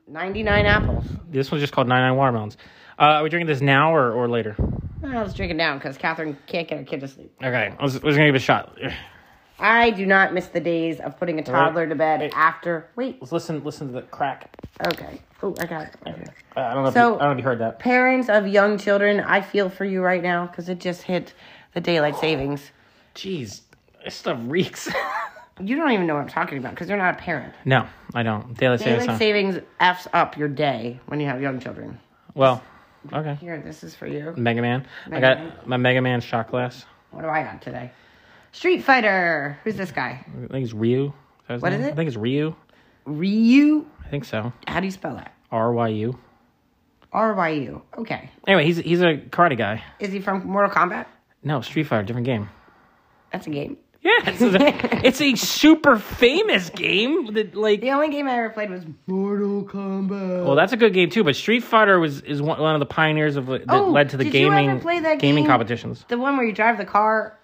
Speaker 2: 99 apples.
Speaker 3: This one's just called nine nine watermelons. Uh, are we drinking this now or, or later?
Speaker 2: I was drinking down because Catherine can't get her kid to sleep.
Speaker 3: Okay, I was, I was gonna give it a shot.
Speaker 2: I do not miss the days of putting a toddler to bed after. Wait.
Speaker 3: Let's listen. Listen to the crack.
Speaker 2: Okay. Oh, I got it. Okay.
Speaker 3: Uh, I don't know. If
Speaker 2: So-
Speaker 3: you, I don't know if you heard that.
Speaker 2: Parents of young children, I feel for you right now because it just hit the daylight savings.
Speaker 3: Jeez, this stuff reeks.
Speaker 2: You don't even know what I'm talking about because you're not a parent.
Speaker 3: no, I don't. Daylight savings.
Speaker 2: Daylight
Speaker 3: time.
Speaker 2: savings f's up your day when you have young children.
Speaker 3: well, okay.
Speaker 2: Here, this is for you.
Speaker 3: Mega Man. I
Speaker 2: Mega
Speaker 3: got
Speaker 2: Man.
Speaker 3: my Mega Man shot glass.
Speaker 2: What do I got today? Street Fighter. Who's this guy?
Speaker 3: I think it's Ryu. Is that his
Speaker 2: What is
Speaker 3: name?
Speaker 2: it?
Speaker 3: I think it's Ryu.
Speaker 2: Ryu.
Speaker 3: I think so.
Speaker 2: How do you spell that?
Speaker 3: R Y U.
Speaker 2: R Y U. Okay.
Speaker 3: Anyway, he's he's a karate guy.
Speaker 2: Is he from Mortal Kombat?
Speaker 3: No, Street Fighter, different game.
Speaker 2: That's a game.
Speaker 3: Yeah, it's a, it's a super famous game. That like,
Speaker 2: The only game I ever played was Mortal Kombat.
Speaker 3: well, that's a good game too. But Street Fighter was is one, one of the pioneers of like, that
Speaker 2: Oh,
Speaker 3: led to the
Speaker 2: did you ever
Speaker 3: gaming
Speaker 2: play that
Speaker 3: gaming
Speaker 2: game?
Speaker 3: competitions.
Speaker 2: The one where you drive the car.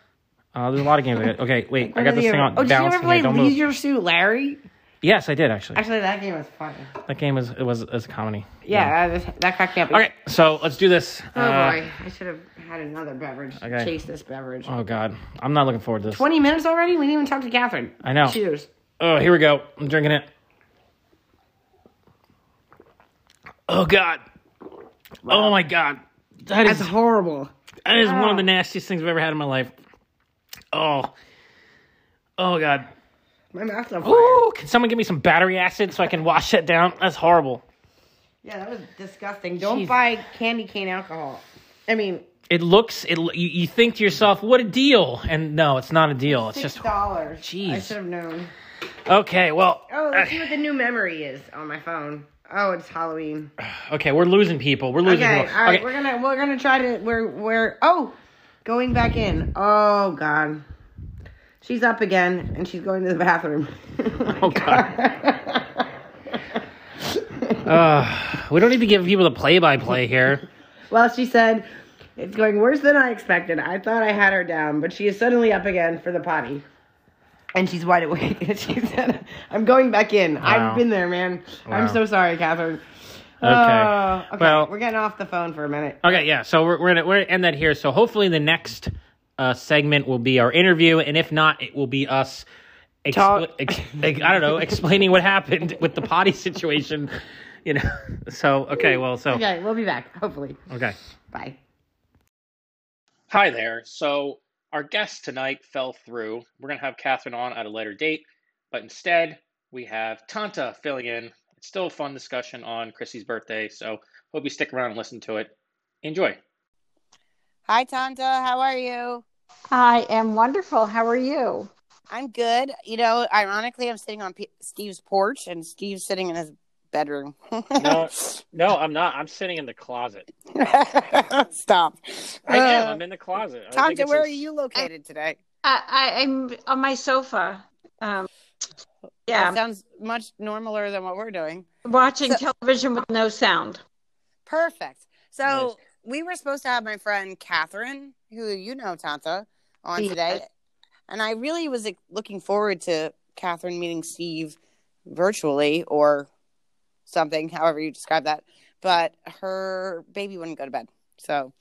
Speaker 3: Uh, there's a lot of games. Like that. Okay, wait, I got
Speaker 2: Remember
Speaker 3: this
Speaker 2: the-
Speaker 3: thing on
Speaker 2: Oh, did you
Speaker 3: balance.
Speaker 2: ever play
Speaker 3: don't move.
Speaker 2: Leisure Suit Larry?
Speaker 3: Yes, I did actually.
Speaker 2: Actually, that game was fun.
Speaker 3: That game was it was, it was a comedy.
Speaker 2: Yeah, that- that cracked me up.
Speaker 3: Okay, so let's do this.
Speaker 2: Oh
Speaker 3: Uh,
Speaker 2: boy, I should have had another beverage.
Speaker 3: okay.
Speaker 2: Chase this beverage.
Speaker 3: Oh god, I'm not looking forward to this.
Speaker 2: Twenty minutes already. We didn't even talk to Catherine.
Speaker 3: I know.
Speaker 2: Cheers.
Speaker 3: Oh, here we go. I'm drinking it. Oh god. Oh my god. That is
Speaker 2: That's horrible.
Speaker 3: that is one of the nastiest things I've ever had in my life. Oh. Oh god.
Speaker 2: My mouth's on fire.
Speaker 3: Ooh, can someone give me some battery acid so I can wash that down? That's horrible.
Speaker 2: Yeah, that was disgusting. Don't
Speaker 3: Jeez.
Speaker 2: buy candy cane alcohol. I mean,
Speaker 3: It looks it l- you, you think to yourself, what a deal. And no, it's not a deal. It's
Speaker 2: six
Speaker 3: just
Speaker 2: dollars. I
Speaker 3: Jeez.
Speaker 2: should have known.
Speaker 3: Okay, well
Speaker 2: Oh, let's see what the new memory is on my phone. Oh, it's Halloween.
Speaker 3: eh, okay, we're losing people. We're losing
Speaker 2: Okay, all
Speaker 3: people.
Speaker 2: right,
Speaker 3: okay.
Speaker 2: we're gonna we're gonna try to we're we're oh, going back in. Oh God, she's up again and she's going to the bathroom.
Speaker 3: Oh god. uh, we don't need to give people the play-by-play here.
Speaker 2: well, she said it's going worse than I expected. I thought I had her down, but she is suddenly up again for the potty. And she's wide awake. And she said, "I'm going back in.
Speaker 3: Wow.
Speaker 2: I've been there, man.
Speaker 3: Wow.
Speaker 2: I'm so sorry, Catherine."
Speaker 3: Okay.
Speaker 2: Oh, okay.
Speaker 3: Well-
Speaker 2: we're getting off the phone for a minute.
Speaker 3: Okay, yeah. So we're we're gonna, we're gonna end that here. So hopefully the next uh, segment will be our interview, and if not, it will be us. Expl-
Speaker 2: Talk-
Speaker 3: ex- ex- I don't know, explaining what happened with the potty situation. You know. So okay, well, so
Speaker 2: Okay, we'll be back. Hopefully,
Speaker 3: okay.
Speaker 2: bye.
Speaker 3: Hi there. So our guest tonight fell through. We're gonna have Catherine on at a later date, but instead we have Tanta filling in. It's still a fun discussion on Chrissy's birthday, so hope you stick around and listen to it. Enjoy.
Speaker 4: Hi, Tanta. How are you?
Speaker 5: I am wonderful. How are you?
Speaker 4: I'm good. You know, ironically, I'm sitting on P- Steve's porch and Steve's sitting in his bedroom.
Speaker 6: No, no, I'm not. I'm sitting in the closet.
Speaker 4: Stop.
Speaker 6: I am.
Speaker 4: Uh,
Speaker 6: I'm in the closet. I think
Speaker 4: Tanta,
Speaker 6: it's
Speaker 4: where
Speaker 6: a-
Speaker 4: are you located today?
Speaker 5: I, I, I'm on my sofa. Um,
Speaker 4: That
Speaker 5: yeah,
Speaker 4: sounds much normaler than what we're doing.
Speaker 5: watching
Speaker 4: so-
Speaker 5: television with no sound.
Speaker 4: Perfect. So we were supposed to have my friend Catherine, who you know, Tanta, on
Speaker 5: Yes.
Speaker 4: today. And I really was like, looking forward to Catherine meeting Steve virtually or something, however you describe that. But her baby wouldn't go to bed. So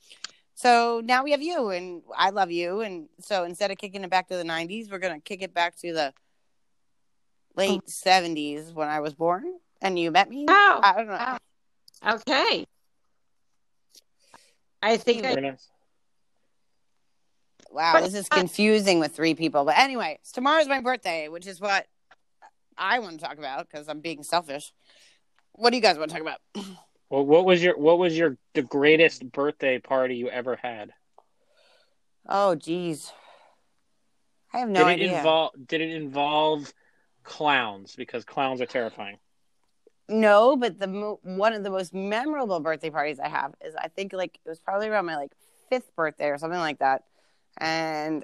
Speaker 4: so now we have you and I love you. And so instead of kicking it back to the nineties, we're gonna kick it back to the late seventies when I was born and you met me.
Speaker 5: Oh,
Speaker 4: I don't know.
Speaker 5: Oh. okay. I think I,
Speaker 6: Very nice.
Speaker 4: Wow,
Speaker 5: But-
Speaker 4: this is confusing with three people. But anyway, tomorrow's my birthday, which is what I want to talk about because I'm being selfish. What do you guys want to talk about?
Speaker 6: Well, what was your what was your the greatest birthday party you ever had?
Speaker 4: Oh, geez. I have no
Speaker 6: did it
Speaker 4: idea.
Speaker 6: involve did it involve clowns? Because clowns are terrifying.
Speaker 4: no, but the mo- one of the most memorable birthday parties I have is I think like it was probably around my like fifth birthday or something like that, and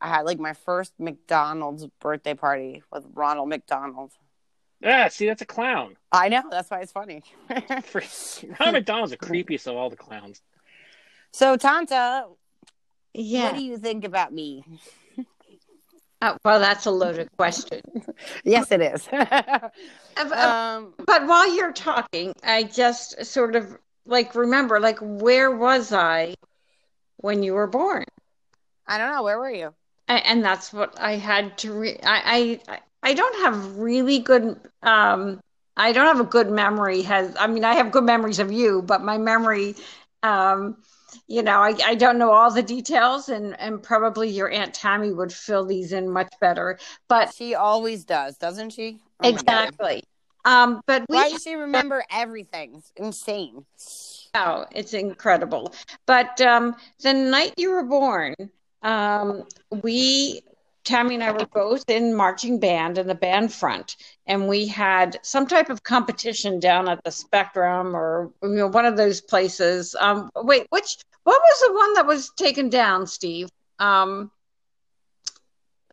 Speaker 4: I had like my first McDonald's birthday party with Ronald McDonald.
Speaker 3: Ah,
Speaker 6: Yeah, see, that's a clown.
Speaker 4: I know that's why it's funny.
Speaker 6: For- Ronald McDonald's the creepiest of all the clowns.
Speaker 4: so Tanta, what
Speaker 5: yeah.
Speaker 4: do you think about me?
Speaker 5: Oh, well, that's a loaded question.
Speaker 4: Yes, it is.
Speaker 5: Um,
Speaker 4: um,
Speaker 5: but while you're talking, I just sort of like remember, like, where was I when you were born.
Speaker 4: I don't know. Where were you?
Speaker 5: I, and that's what I had to re- I, I I don't have really good um I don't have a good memory has I mean I have good memories of you but my memory um you know I, I don't know all the details and and probably your aunt Tammy would fill these in much better but
Speaker 4: She always does, doesn't she? Oh my God.
Speaker 5: exactly um but we
Speaker 4: Why does she remember everything? It's insane.
Speaker 5: Wow, it's incredible. But um, the night you were born, um, we, Tammy and I were both in marching band in the band front, and we had some type of competition down at the Spectrum or you know one of those places. Um, wait, which what was the one that was taken down, Steve? Um,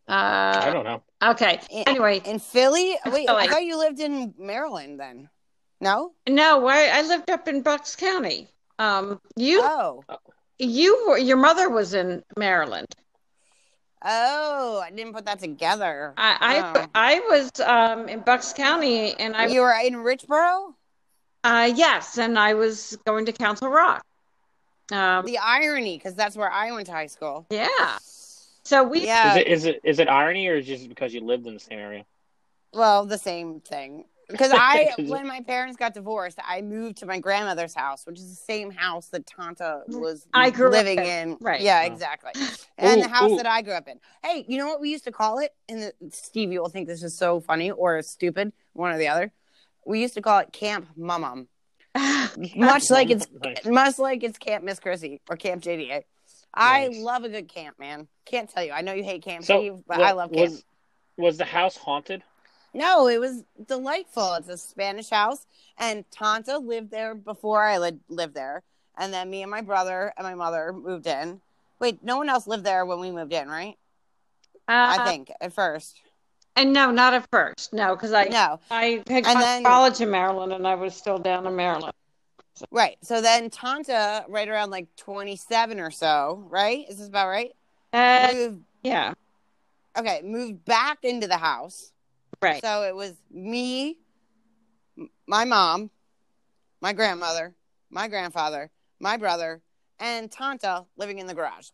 Speaker 3: I
Speaker 5: uh,
Speaker 3: don't know.
Speaker 5: okay.
Speaker 4: In-
Speaker 5: Anyway,
Speaker 4: In Philly? Wait, I
Speaker 5: Philly.
Speaker 4: thought you lived in Maryland then. No?
Speaker 5: no, I, I lived up in Bucks County. Um, you,
Speaker 4: Oh.
Speaker 5: you were your mother was in Maryland.
Speaker 4: Oh, I didn't put that together.
Speaker 5: I
Speaker 4: Oh.
Speaker 5: I, I was um, in Bucks County, and I
Speaker 4: you were in Richboro?
Speaker 5: uh, yes, and I was going to Council Rock. Um,
Speaker 4: The irony, because that's where I went to high school.
Speaker 5: yeah. So we
Speaker 3: is
Speaker 4: Yeah.
Speaker 3: it is it is it irony or is it just because you lived in the same area?
Speaker 4: Well, the same thing. Because I, when my parents got divorced, I moved to my grandmother's house, which is the same house that Tanta was
Speaker 5: Mm, I grew up
Speaker 4: living
Speaker 5: in,
Speaker 4: in.
Speaker 5: right.
Speaker 4: Yeah,
Speaker 3: Oh.
Speaker 4: exactly. And
Speaker 3: Ooh,
Speaker 4: the house
Speaker 3: ooh.
Speaker 4: that I grew up in. Hey, you know what we used to call it? And the, Steve, you will think this is so funny or stupid, one or the other. We used to call it Camp Mum much like it's
Speaker 3: Nice.
Speaker 4: much like it's Camp Miss Chrissy or Camp JDA. I
Speaker 3: Nice.
Speaker 4: love a good camp, man. Can't tell you. I know you hate camp,
Speaker 3: So,
Speaker 4: Steve, but
Speaker 3: wa-
Speaker 4: I love camp.
Speaker 3: was, Was the house haunted?
Speaker 4: No, it was delightful. It's a Spanish house, and Tanta lived there before I li- lived there, and then me and my brother and my mother moved in. Wait, no one else lived there when we moved in, right? I
Speaker 5: uh,
Speaker 4: think at first.
Speaker 5: and no, not at first, no, because I
Speaker 4: No,
Speaker 5: I had
Speaker 4: And
Speaker 5: gone
Speaker 4: then-
Speaker 5: to college in Maryland, and I was still down in Maryland.
Speaker 4: right. So then Tanta, right around like twenty-seven or so, right? Is this about right?
Speaker 5: Uh,
Speaker 4: Moved,
Speaker 5: yeah,
Speaker 4: okay, moved back into the house.
Speaker 5: right.
Speaker 4: So it was me, m- my mom, my grandmother, my grandfather, my brother, and Tanta living in the garage.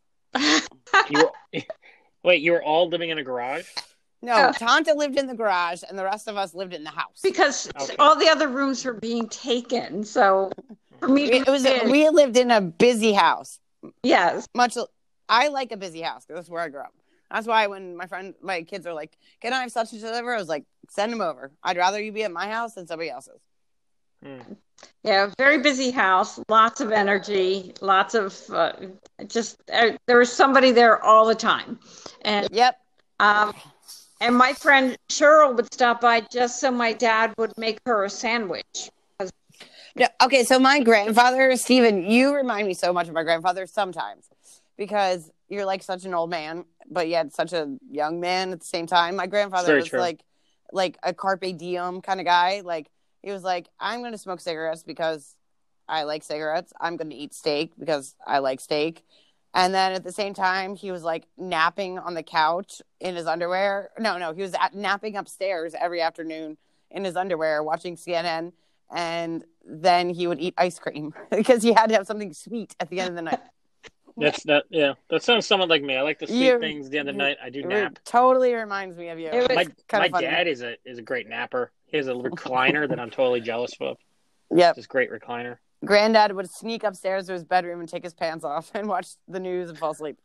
Speaker 3: You were, wait, you were all living in a garage?
Speaker 4: No,
Speaker 5: Oh.
Speaker 4: Tanta lived in the garage, and the rest of us lived in the house.
Speaker 5: because
Speaker 3: Okay.
Speaker 5: all the other rooms were being taken, so for me, to
Speaker 4: It was
Speaker 5: move in-
Speaker 4: we lived in a busy house.
Speaker 5: yes,
Speaker 4: Much I like a busy house because that's where I grew up. That's why when my friend, my kids are like, "Can I have such and such over?" I was like, "Send them over. I'd rather you be at my house than somebody else's."
Speaker 5: Yeah, very busy house, lots of energy, lots of uh, just uh, there was somebody there all the time. And
Speaker 4: Yep.
Speaker 5: um, and my friend Cheryl would stop by just so my dad would make her a sandwich.
Speaker 4: No, okay, so my grandfather, Stephen, you remind me so much of my grandfather sometimes because you're like such an old man, but yet such a young man at the same time. My grandfather
Speaker 3: Very
Speaker 4: was
Speaker 3: true.
Speaker 4: like like a carpe diem kind of guy. Like he was like, I'm gonna smoke cigarettes because I like cigarettes. I'm gonna eat steak because I like steak. And then at the same time, he was like napping on the couch in his underwear. No, no, he was at, napping upstairs every afternoon in his underwear watching CNN and then he would eat ice cream because he had to have something sweet at the end of the night.
Speaker 3: That's that. Yeah, that sounds somewhat like me. I like the sweet
Speaker 4: You're-
Speaker 3: things. The end of the
Speaker 4: you're-
Speaker 3: night, I do
Speaker 4: It
Speaker 3: nap.
Speaker 4: totally reminds me of you.
Speaker 5: It was-
Speaker 3: My
Speaker 4: It's kinda
Speaker 3: my
Speaker 4: funny.
Speaker 3: dad is a is a great napper. He has a recliner that I'm totally jealous of.
Speaker 4: Yep.
Speaker 3: This great recliner.
Speaker 4: Granddad would sneak upstairs to his bedroom and take his pants off and watch the news and fall asleep.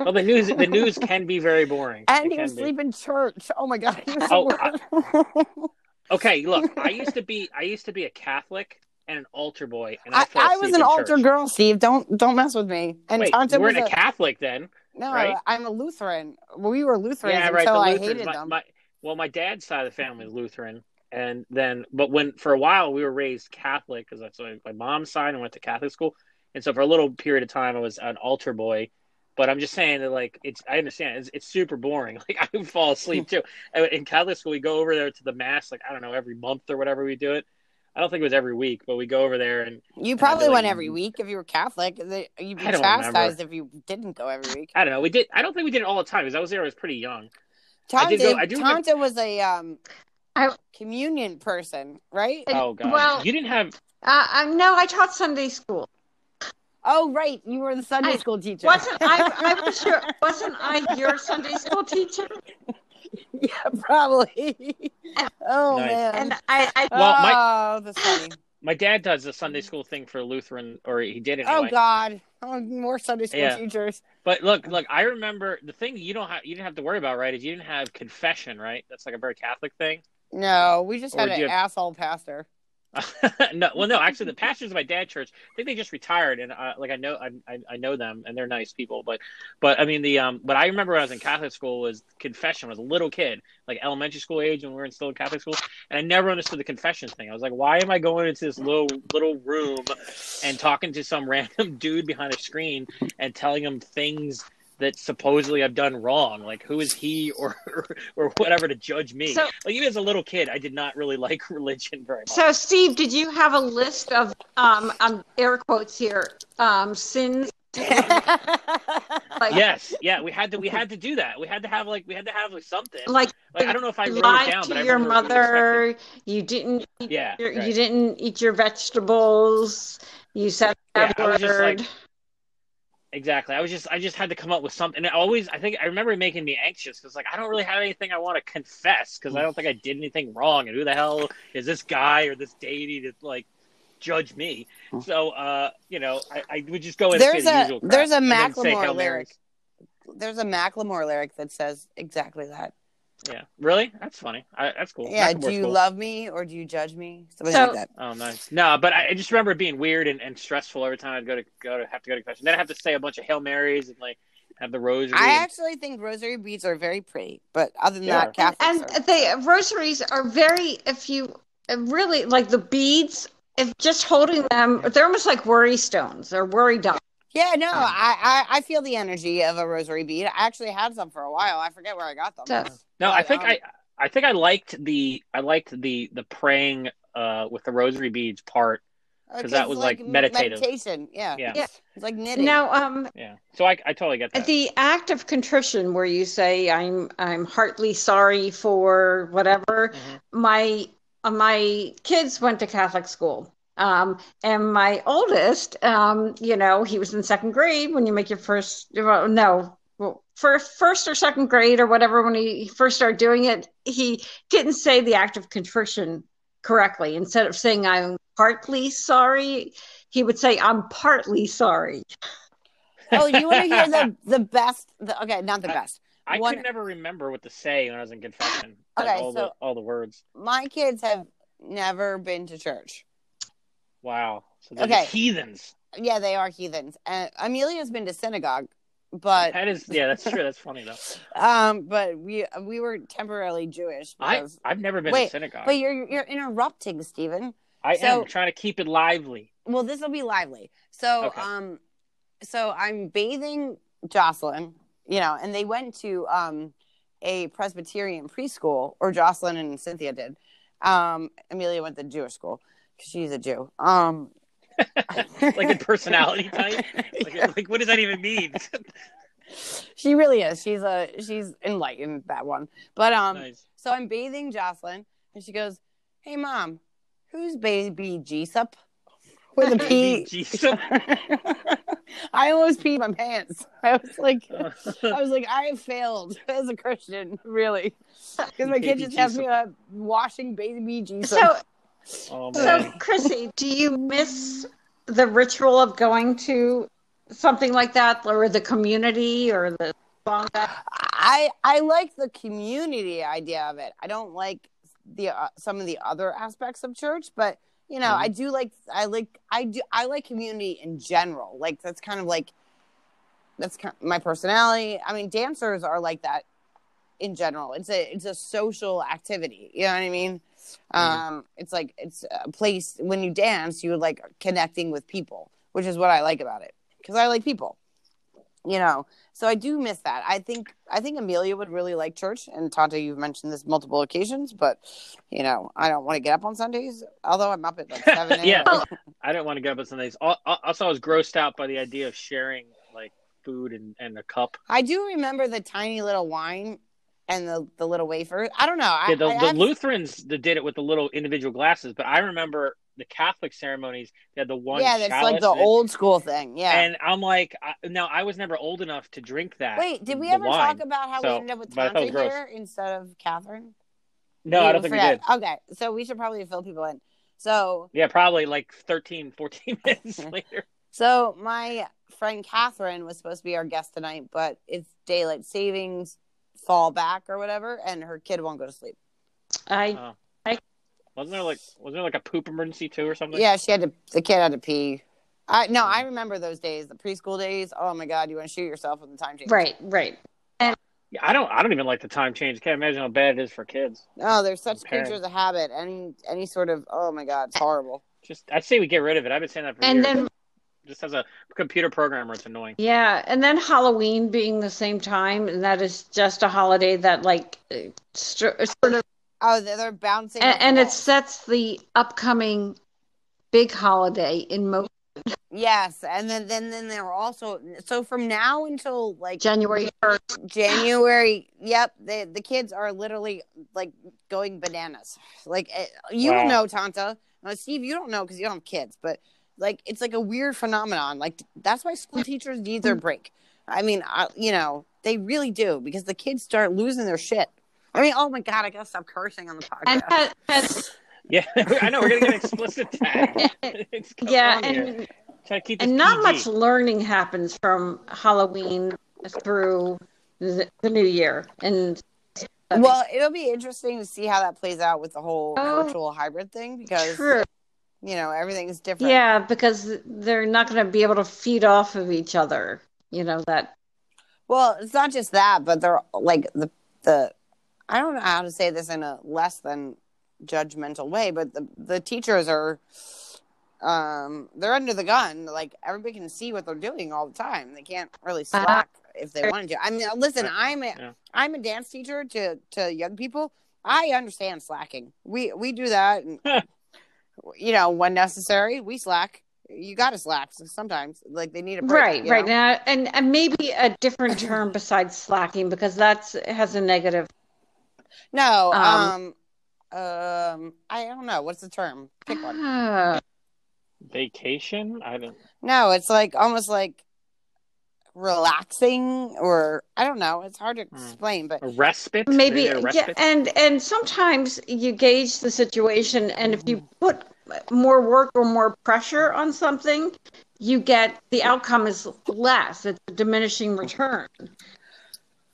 Speaker 3: Well, the news the news can be very boring.
Speaker 4: And
Speaker 3: It
Speaker 4: he
Speaker 3: can
Speaker 4: would
Speaker 3: be.
Speaker 4: sleep in church. Oh my god. He was
Speaker 3: Oh,
Speaker 4: the worst.
Speaker 3: Okay, look, I used to be I used to be a Catholic and an altar boy, and I,
Speaker 4: I,
Speaker 3: fell
Speaker 4: I
Speaker 3: asleep
Speaker 4: was
Speaker 3: in
Speaker 4: an altar
Speaker 3: church.
Speaker 4: girl, Steve. Don't don't mess with me. And
Speaker 3: Wait,
Speaker 4: Tanta
Speaker 3: you
Speaker 4: was
Speaker 3: weren't
Speaker 4: a,
Speaker 3: a Catholic then?
Speaker 4: no.
Speaker 3: right?
Speaker 4: I'm a Lutheran. We were Lutherans
Speaker 3: yeah, right.
Speaker 4: until
Speaker 3: the
Speaker 4: I
Speaker 3: Lutherans.
Speaker 4: hated
Speaker 3: my,
Speaker 4: them.
Speaker 3: my- well, my dad's side of the family is Lutheran, and then but when for a while we were raised Catholic because that's like my mom's side and went to Catholic school, and so for a little period of time I was an altar boy. But I'm just saying that like it's I understand it's, it's super boring. Like I would fall asleep too. And In Catholic school, we go over there to the mass like I don't know every month or whatever we do it. I don't think it was every week, but we go over there and
Speaker 4: You
Speaker 3: I'd be
Speaker 4: probably
Speaker 3: like,
Speaker 4: went every week if you were Catholic. They- You'd be
Speaker 3: I don't
Speaker 4: chastised if you didn't go every week.
Speaker 3: I don't know. We did. I don't think we did it all the time because I was there. I was pretty young. I
Speaker 4: Tanta,
Speaker 3: did go- I do remember-
Speaker 4: Tanta was a um,
Speaker 5: I-
Speaker 4: communion person, right?
Speaker 5: Uh,
Speaker 3: Oh god.
Speaker 5: Well-
Speaker 3: you didn't have.
Speaker 5: Uh, I, no, I taught Sunday school.
Speaker 4: Oh, right. You were the Sunday
Speaker 5: I-
Speaker 4: school teacher.
Speaker 5: Wasn't I? I was sure. Wasn't I your Sunday school teacher?
Speaker 4: yeah, probably. oh,
Speaker 3: Nice.
Speaker 4: man.
Speaker 5: And I, I
Speaker 3: Well,
Speaker 4: oh, that's funny.
Speaker 3: My dad does the Sunday school thing for Lutheran, or he did anyway.
Speaker 4: Mm-hmm. Oh, God. Oh, more Sunday school
Speaker 3: Yeah.
Speaker 4: teachers.
Speaker 3: But look, look, I remember the thing you don't have, you didn't have to worry about, right? Is you didn't have confession, right? That's like a very Catholic thing.
Speaker 4: No, we just
Speaker 3: Or
Speaker 4: had
Speaker 3: do
Speaker 4: an
Speaker 3: you have-
Speaker 4: asshole pastor.
Speaker 3: no, well, no, actually, the pastors of my dad church, I think they just retired, and uh, like I know, I, I I know them, and they're nice people. But, but I mean, the um, but I remember when I was in Catholic school was confession was a little kid, like elementary school age, when we were in still in Catholic school, and I never understood the confession thing. I was like, why am I going into this little little room and talking to some random dude behind a screen and telling him things that supposedly I've done wrong? Like, who is he or or whatever to judge me?
Speaker 5: So-
Speaker 3: like even as a little kid, I did not really like religion very much.
Speaker 5: so Steve, did you have a list of um, um air quotes here um sins? Like,
Speaker 3: yes yeah we had to we had to do that we had to have like we had to have like something like,
Speaker 5: like
Speaker 3: i don't know if i
Speaker 5: you
Speaker 3: wrote
Speaker 5: lied
Speaker 3: it down but
Speaker 5: to
Speaker 3: I
Speaker 5: your
Speaker 3: remember it was expected.
Speaker 5: mother. You didn't. Eat
Speaker 3: Yeah,
Speaker 5: Your, You
Speaker 3: right.
Speaker 5: didn't eat your vegetables. You said
Speaker 3: Yeah,
Speaker 5: that
Speaker 3: I was just like-
Speaker 5: word.
Speaker 3: exactly i was just i just had to come up with something and it always i think i remember it making me anxious because like i don't really have anything i want to confess because i don't think i did anything wrong and who the hell is this guy or this deity to like judge me so uh you know i, I would just go and
Speaker 4: There's
Speaker 3: say the
Speaker 4: a-
Speaker 3: usual crap
Speaker 4: there's a
Speaker 3: and then say
Speaker 4: Macklemore
Speaker 3: Hail Marys.
Speaker 4: lyric. There's a Macklemore lyric that says exactly that.
Speaker 3: yeah really that's funny I, that's cool
Speaker 4: Yeah,
Speaker 3: Macklemore's
Speaker 4: do you
Speaker 3: cool.
Speaker 4: love me or do you judge me? Something
Speaker 5: So-
Speaker 4: like that.
Speaker 3: Oh, nice. No, but I I just remember it being weird and, and stressful every time I'd go to go to have to go to confession. Then I have to say a bunch of hail marys and like have the rosary.
Speaker 4: I
Speaker 3: and-
Speaker 4: actually think rosary beads are very pretty, but other than
Speaker 3: They are.
Speaker 4: that, Catholics
Speaker 5: and
Speaker 4: are-
Speaker 5: the rosaries are very if you uh, really like the beads if just holding them they're almost like worry stones or worry dots
Speaker 4: yeah, no, I, I I feel the energy of a rosary bead. I actually had some for a while. I forget where I got them.
Speaker 5: So-
Speaker 3: no, I
Speaker 4: but,
Speaker 3: think
Speaker 4: um,
Speaker 3: I I think I liked the I liked the the praying uh with the rosary beads part. 'cause that was, like,
Speaker 4: m-
Speaker 3: meditative.
Speaker 4: meditation. Yeah.
Speaker 3: Yeah.
Speaker 5: Yeah.
Speaker 4: it's like knitting.
Speaker 5: now um
Speaker 3: Yeah. So I I totally get that.
Speaker 5: the act of contrition where you say i'm i'm heartily sorry for whatever
Speaker 3: Mhm.
Speaker 5: my uh, my kids went to Catholic school. Um, and my oldest, um, you know, he was in second grade when you make your first, well, no, well, for first or second grade or whatever, when he first started doing it, he didn't say the act of contrition correctly. Instead of saying I'm partly sorry, he would say I'm partly sorry.
Speaker 4: oh, you want to hear the the best? The, okay, not the best.
Speaker 3: I
Speaker 4: one-
Speaker 3: could never remember what to say when I was in confession. Like,
Speaker 4: Okay,
Speaker 3: all the
Speaker 4: so-
Speaker 3: all the words.
Speaker 4: My kids have never been to church.
Speaker 3: Wow. So they're
Speaker 4: Okay.
Speaker 3: just heathens.
Speaker 4: Yeah, they are heathens. And Amelia's been to synagogue, but
Speaker 3: That is yeah, that's true. That's funny though.
Speaker 4: um, but we we were temporarily Jewish.
Speaker 3: I
Speaker 4: Because,
Speaker 3: I've never been
Speaker 4: Wait,
Speaker 3: to synagogue.
Speaker 4: but you're you're interrupting, Stephen.
Speaker 3: I
Speaker 4: so-
Speaker 3: am trying to keep it lively.
Speaker 4: Well, this will be lively. So,
Speaker 3: Okay.
Speaker 4: um, so I'm bathing Jocelyn, you know, and they went to um a Presbyterian preschool, or Jocelyn and Cynthia did. Um, Amelia went to Jewish school because she's a Jew. Um,
Speaker 3: Like a personality type. Like, like what does that even mean?
Speaker 4: she really is. She's a she's enlightened that one. But um,
Speaker 3: nice.
Speaker 4: so I'm bathing Jocelyn, and she goes, "Hey, mom, who's baby Jesup with a P?"
Speaker 3: Jesus.
Speaker 4: I almost peed my pants. I was like, I was like, I have failed as a Christian, really, because my kid
Speaker 3: Baby
Speaker 4: just has me
Speaker 3: Jesus.
Speaker 4: uh, washing baby Jesus.
Speaker 5: So,
Speaker 3: Oh,
Speaker 5: so
Speaker 3: man.
Speaker 5: Chrissy, do you miss the ritual of going to something like that or the community or the sangha?
Speaker 4: I I like the community idea of it. I don't like the uh, some of the other aspects of church, but you know,
Speaker 3: Mhm.
Speaker 4: I do like I like I do I like community in general. Like that's kind of like that's kind my personality. I mean, dancers are like that in general. It's a it's a social activity. You know what I mean? Um, it's like it's a place when you dance, you're like connecting with people, which is what I like about it because I like people. You know, so I do miss that. I think I think Amelia would really like church, and Tante, you've mentioned this multiple occasions, but you know I don't want to get up on Sundays. Although I'm up at like seven a.m.
Speaker 3: Yeah. I didn't want to get up on Sundays. Al- al- Also, I was grossed out by the idea of sharing like food and, and a cup.
Speaker 4: I do remember the tiny little wine and the the little wafer. I don't know. I,
Speaker 3: Yeah, the,
Speaker 4: I
Speaker 3: the
Speaker 4: have-
Speaker 3: Lutherans that did it with the little individual glasses, but I remember the Catholic ceremonies. They had the one.
Speaker 4: yeah, that's
Speaker 3: chalice
Speaker 4: like the
Speaker 3: and-
Speaker 4: old school thing. Yeah.
Speaker 3: And I'm like, I, now I was never old enough to drink that.
Speaker 4: Wait, did we
Speaker 3: the
Speaker 4: ever
Speaker 3: wine.
Speaker 4: talk about how we
Speaker 3: so-
Speaker 4: ended up with
Speaker 3: but I thought it
Speaker 4: Tante
Speaker 3: was gross.
Speaker 4: here instead of Catherine?
Speaker 3: No,
Speaker 4: Yeah,
Speaker 3: I don't think we
Speaker 4: forgot.
Speaker 3: did.
Speaker 4: Okay, so we should probably fill people in. So,
Speaker 3: Yeah, probably like 13, 14 minutes later.
Speaker 4: so my friend Catherine was supposed to be our guest tonight, but it's daylight savings, fall back or whatever, and her kid won't go to sleep.
Speaker 5: I
Speaker 3: Oh. Wasn't there like wasn't there like a poop emergency too or something?
Speaker 4: Yeah, she had to. The kid had to pee. I no, I remember those days, the preschool days. Oh my god, you want to shoot yourself with the time change?
Speaker 5: right, right.
Speaker 3: Yeah, I don't I don't even like the time change. Can't imagine how bad it is for kids.
Speaker 4: Oh, they're such
Speaker 3: Parents.
Speaker 4: creatures of habit. Any any sort of oh my god, it's horrible.
Speaker 3: Just I'd say we get rid of it. I've been saying that for
Speaker 5: And
Speaker 3: years.
Speaker 5: then
Speaker 3: Just as a computer programmer, it's annoying.
Speaker 5: yeah, and then Halloween being the same time, and that is just a holiday that like uh, str- sort of
Speaker 4: Oh, they're, they're bouncing. off
Speaker 5: and,
Speaker 4: the
Speaker 5: and it
Speaker 4: walls.
Speaker 5: sets the upcoming big holiday in mo-
Speaker 4: Yes, and then then then they were also so from now until like
Speaker 5: January first.
Speaker 4: January. Yep, the the kids are literally like going bananas. Like eh, you
Speaker 3: Wow.
Speaker 4: don't know, Tanta. Now, Steve, you don't know because you don't have kids, but like it's like a weird phenomenon. Like that's why school teachers need their break. I mean, I, you know, they really do because the kids start losing their shit. I mean, oh my god, I gotta stop cursing on the
Speaker 5: And
Speaker 4: podcast.
Speaker 5: has, has,
Speaker 3: Yeah, I know we're gonna get an explicit tag. It's come
Speaker 5: yeah,
Speaker 3: on here.
Speaker 5: and
Speaker 3: Try to keep this
Speaker 5: and not
Speaker 3: PG.
Speaker 5: much learning happens from Halloween through the, the new year. And
Speaker 4: Well, it'll be interesting to see how that plays out with the whole
Speaker 5: Oh.
Speaker 4: virtual hybrid thing because
Speaker 5: true.
Speaker 4: you know everything's different.
Speaker 5: Yeah, because they're not going to be able to feed off of each other. You know that.
Speaker 4: Well, it's not just that, but they're like the the I don't know how to say this in a less than judgmental way, but the the teachers are um they're under the gun. Like everybody can see what they're doing all the time. They can't really
Speaker 5: Uh-huh.
Speaker 4: slack if they wanted to. I mean, listen, I'm a
Speaker 3: Yeah.
Speaker 4: am a dance teacher to to young people. I understand slacking. We we do that, and, you know, when necessary, we slack. You got to slack sometimes. Like they need a break.
Speaker 5: Right,
Speaker 4: you
Speaker 5: right
Speaker 4: know?
Speaker 5: now, and, and maybe a different term besides slacking because that's has a negative.
Speaker 4: No,
Speaker 5: Um,
Speaker 4: um, um, I don't know what's the term. Pick one.
Speaker 5: Ah,
Speaker 3: vacation. I don't.
Speaker 4: No, it's like almost like relaxing, or I don't know. It's hard to
Speaker 3: Hmm.
Speaker 4: explain, but
Speaker 3: A respite.
Speaker 5: maybe
Speaker 3: a
Speaker 5: yeah,
Speaker 3: respite.
Speaker 5: and and sometimes you gauge the situation, and if you put more work or more pressure on something, you get the outcome is less. It's a diminishing return.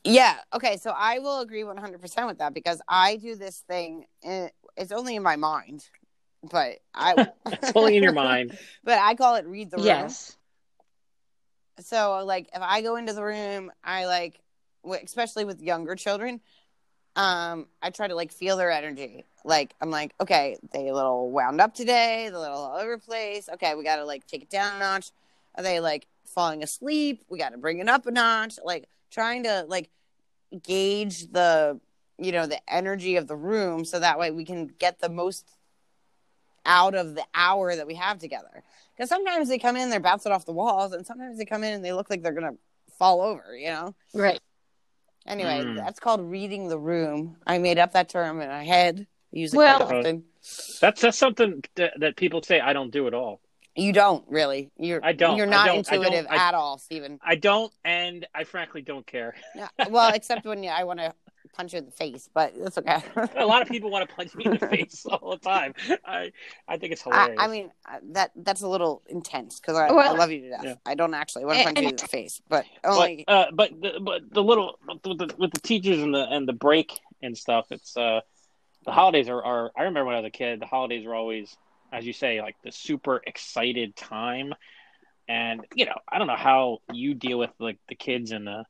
Speaker 4: yeah. Okay, so I will agree one hundred percent with that because I do this thing. and It's only in my mind, but I.
Speaker 3: it's only in your mind.
Speaker 4: But I call it read the room.
Speaker 5: Yes.
Speaker 4: so like if i go into the room i like w- especially with younger children um i try to like feel their energy like i'm like okay they a little wound up today they're a little all over the place okay we gotta like take it down a notch are they like falling asleep we gotta bring it up a notch like trying to like gauge the you know the energy of the room so that way we can get the most out of the hour that we have together because sometimes they come in they're bouncing off the walls and sometimes they come in and they look like they're gonna fall over you know
Speaker 5: Right.
Speaker 4: anyway
Speaker 3: Mm.
Speaker 4: that's called reading the room i made up that term in my head I use it
Speaker 5: Well-
Speaker 4: quite often
Speaker 3: That's that's something that, that people say I don't do at all.
Speaker 4: you don't really you're
Speaker 3: I don't.
Speaker 4: you're
Speaker 3: I
Speaker 4: not
Speaker 3: don't. I don't.
Speaker 4: intuitive
Speaker 3: I-
Speaker 4: at all stephen
Speaker 3: I don't, and I frankly don't care.
Speaker 4: No, well except when you, i want to punch you in the face but that's okay
Speaker 3: A lot of people want to punch me in the face all the time. I I think it's
Speaker 4: I,
Speaker 3: hilarious.
Speaker 4: I mean uh, that that's a little intense because I, I
Speaker 5: Well-
Speaker 4: love you to death.
Speaker 3: Yeah.
Speaker 4: I don't actually want to
Speaker 5: And-
Speaker 4: punch you in the face, but
Speaker 3: but
Speaker 4: only
Speaker 3: uh, but the, but the little with the, with the teachers and the and the break and stuff. It's uh the holidays are, are. I remember when I was a kid, the holidays were always, as you say, like the super excited time. And you know, I don't know how you deal with like the kids in the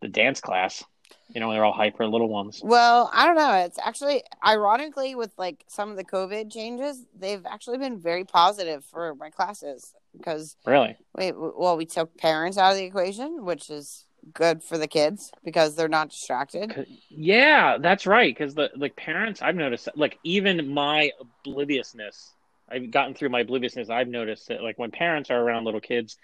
Speaker 3: the dance class. You know, when they're all hyper little ones.
Speaker 4: Well, I don't know. It's actually ironically with like some of the COVID changes, they've actually been very positive for my classes because
Speaker 3: Really?
Speaker 4: we well we took parents out of the equation, which is good for the kids because they're not distracted.
Speaker 3: Yeah, that's right. Because the like parents, I've noticed that, like even my obliviousness, I've gotten through my obliviousness. I've noticed that like when parents are around little kids,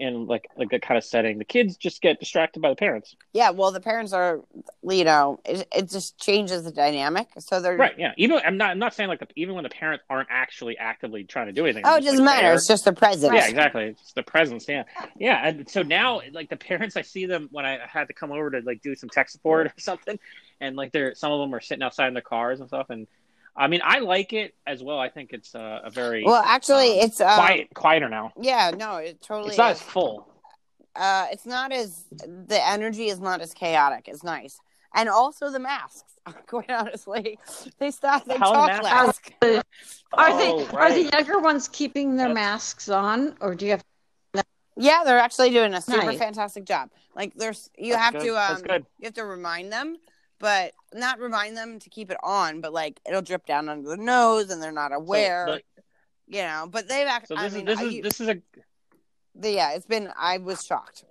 Speaker 3: in like like that kind of setting. The kids just get distracted by the parents.
Speaker 4: Yeah, well, the parents are, you know, it, it just changes the dynamic. So they're
Speaker 3: Right. Yeah. Even I'm not I'm not saying like the, even when the parents aren't actually actively trying to do anything.
Speaker 4: Oh, it
Speaker 3: just,
Speaker 4: doesn't
Speaker 3: like,
Speaker 4: matter.
Speaker 3: there.
Speaker 4: It's just the presence.
Speaker 3: Yeah, exactly. It's the presence. Yeah, yeah. And so now, like the parents, I see them when I had to come over to like do some tech support or something, and like they're some of them are sitting outside in their cars and stuff. And I mean, I like it as well. I think it's uh, a very
Speaker 4: Well, actually,
Speaker 3: um,
Speaker 4: it's um,
Speaker 3: quiet, quieter now.
Speaker 4: Yeah, no, it totally.
Speaker 3: It's not as
Speaker 4: is.
Speaker 3: full.
Speaker 4: uh, it's not as the energy is not as chaotic. It's nice, and also the masks. Quite honestly, they stop. They
Speaker 3: How
Speaker 4: talk
Speaker 3: mask-
Speaker 4: less.
Speaker 5: Are
Speaker 3: Oh,
Speaker 5: they
Speaker 3: right.
Speaker 5: are the younger ones keeping their
Speaker 3: That's-
Speaker 5: masks on, or do you have?
Speaker 4: Yeah, they're actually doing a super
Speaker 5: Nice.
Speaker 4: fantastic job. Like there's you
Speaker 3: That's
Speaker 4: have
Speaker 3: good.
Speaker 4: to
Speaker 3: That's
Speaker 4: um
Speaker 3: good.
Speaker 4: you have to remind them, but not remind them to keep it on, but like it'll drip down under their nose and they're not
Speaker 3: So,
Speaker 4: aware,
Speaker 3: the-
Speaker 4: you know. But they've
Speaker 3: So,
Speaker 4: actually I
Speaker 3: this
Speaker 4: mean
Speaker 3: is this
Speaker 4: I-
Speaker 3: is
Speaker 4: you-
Speaker 3: this is a
Speaker 4: the- yeah, it's been I was shocked.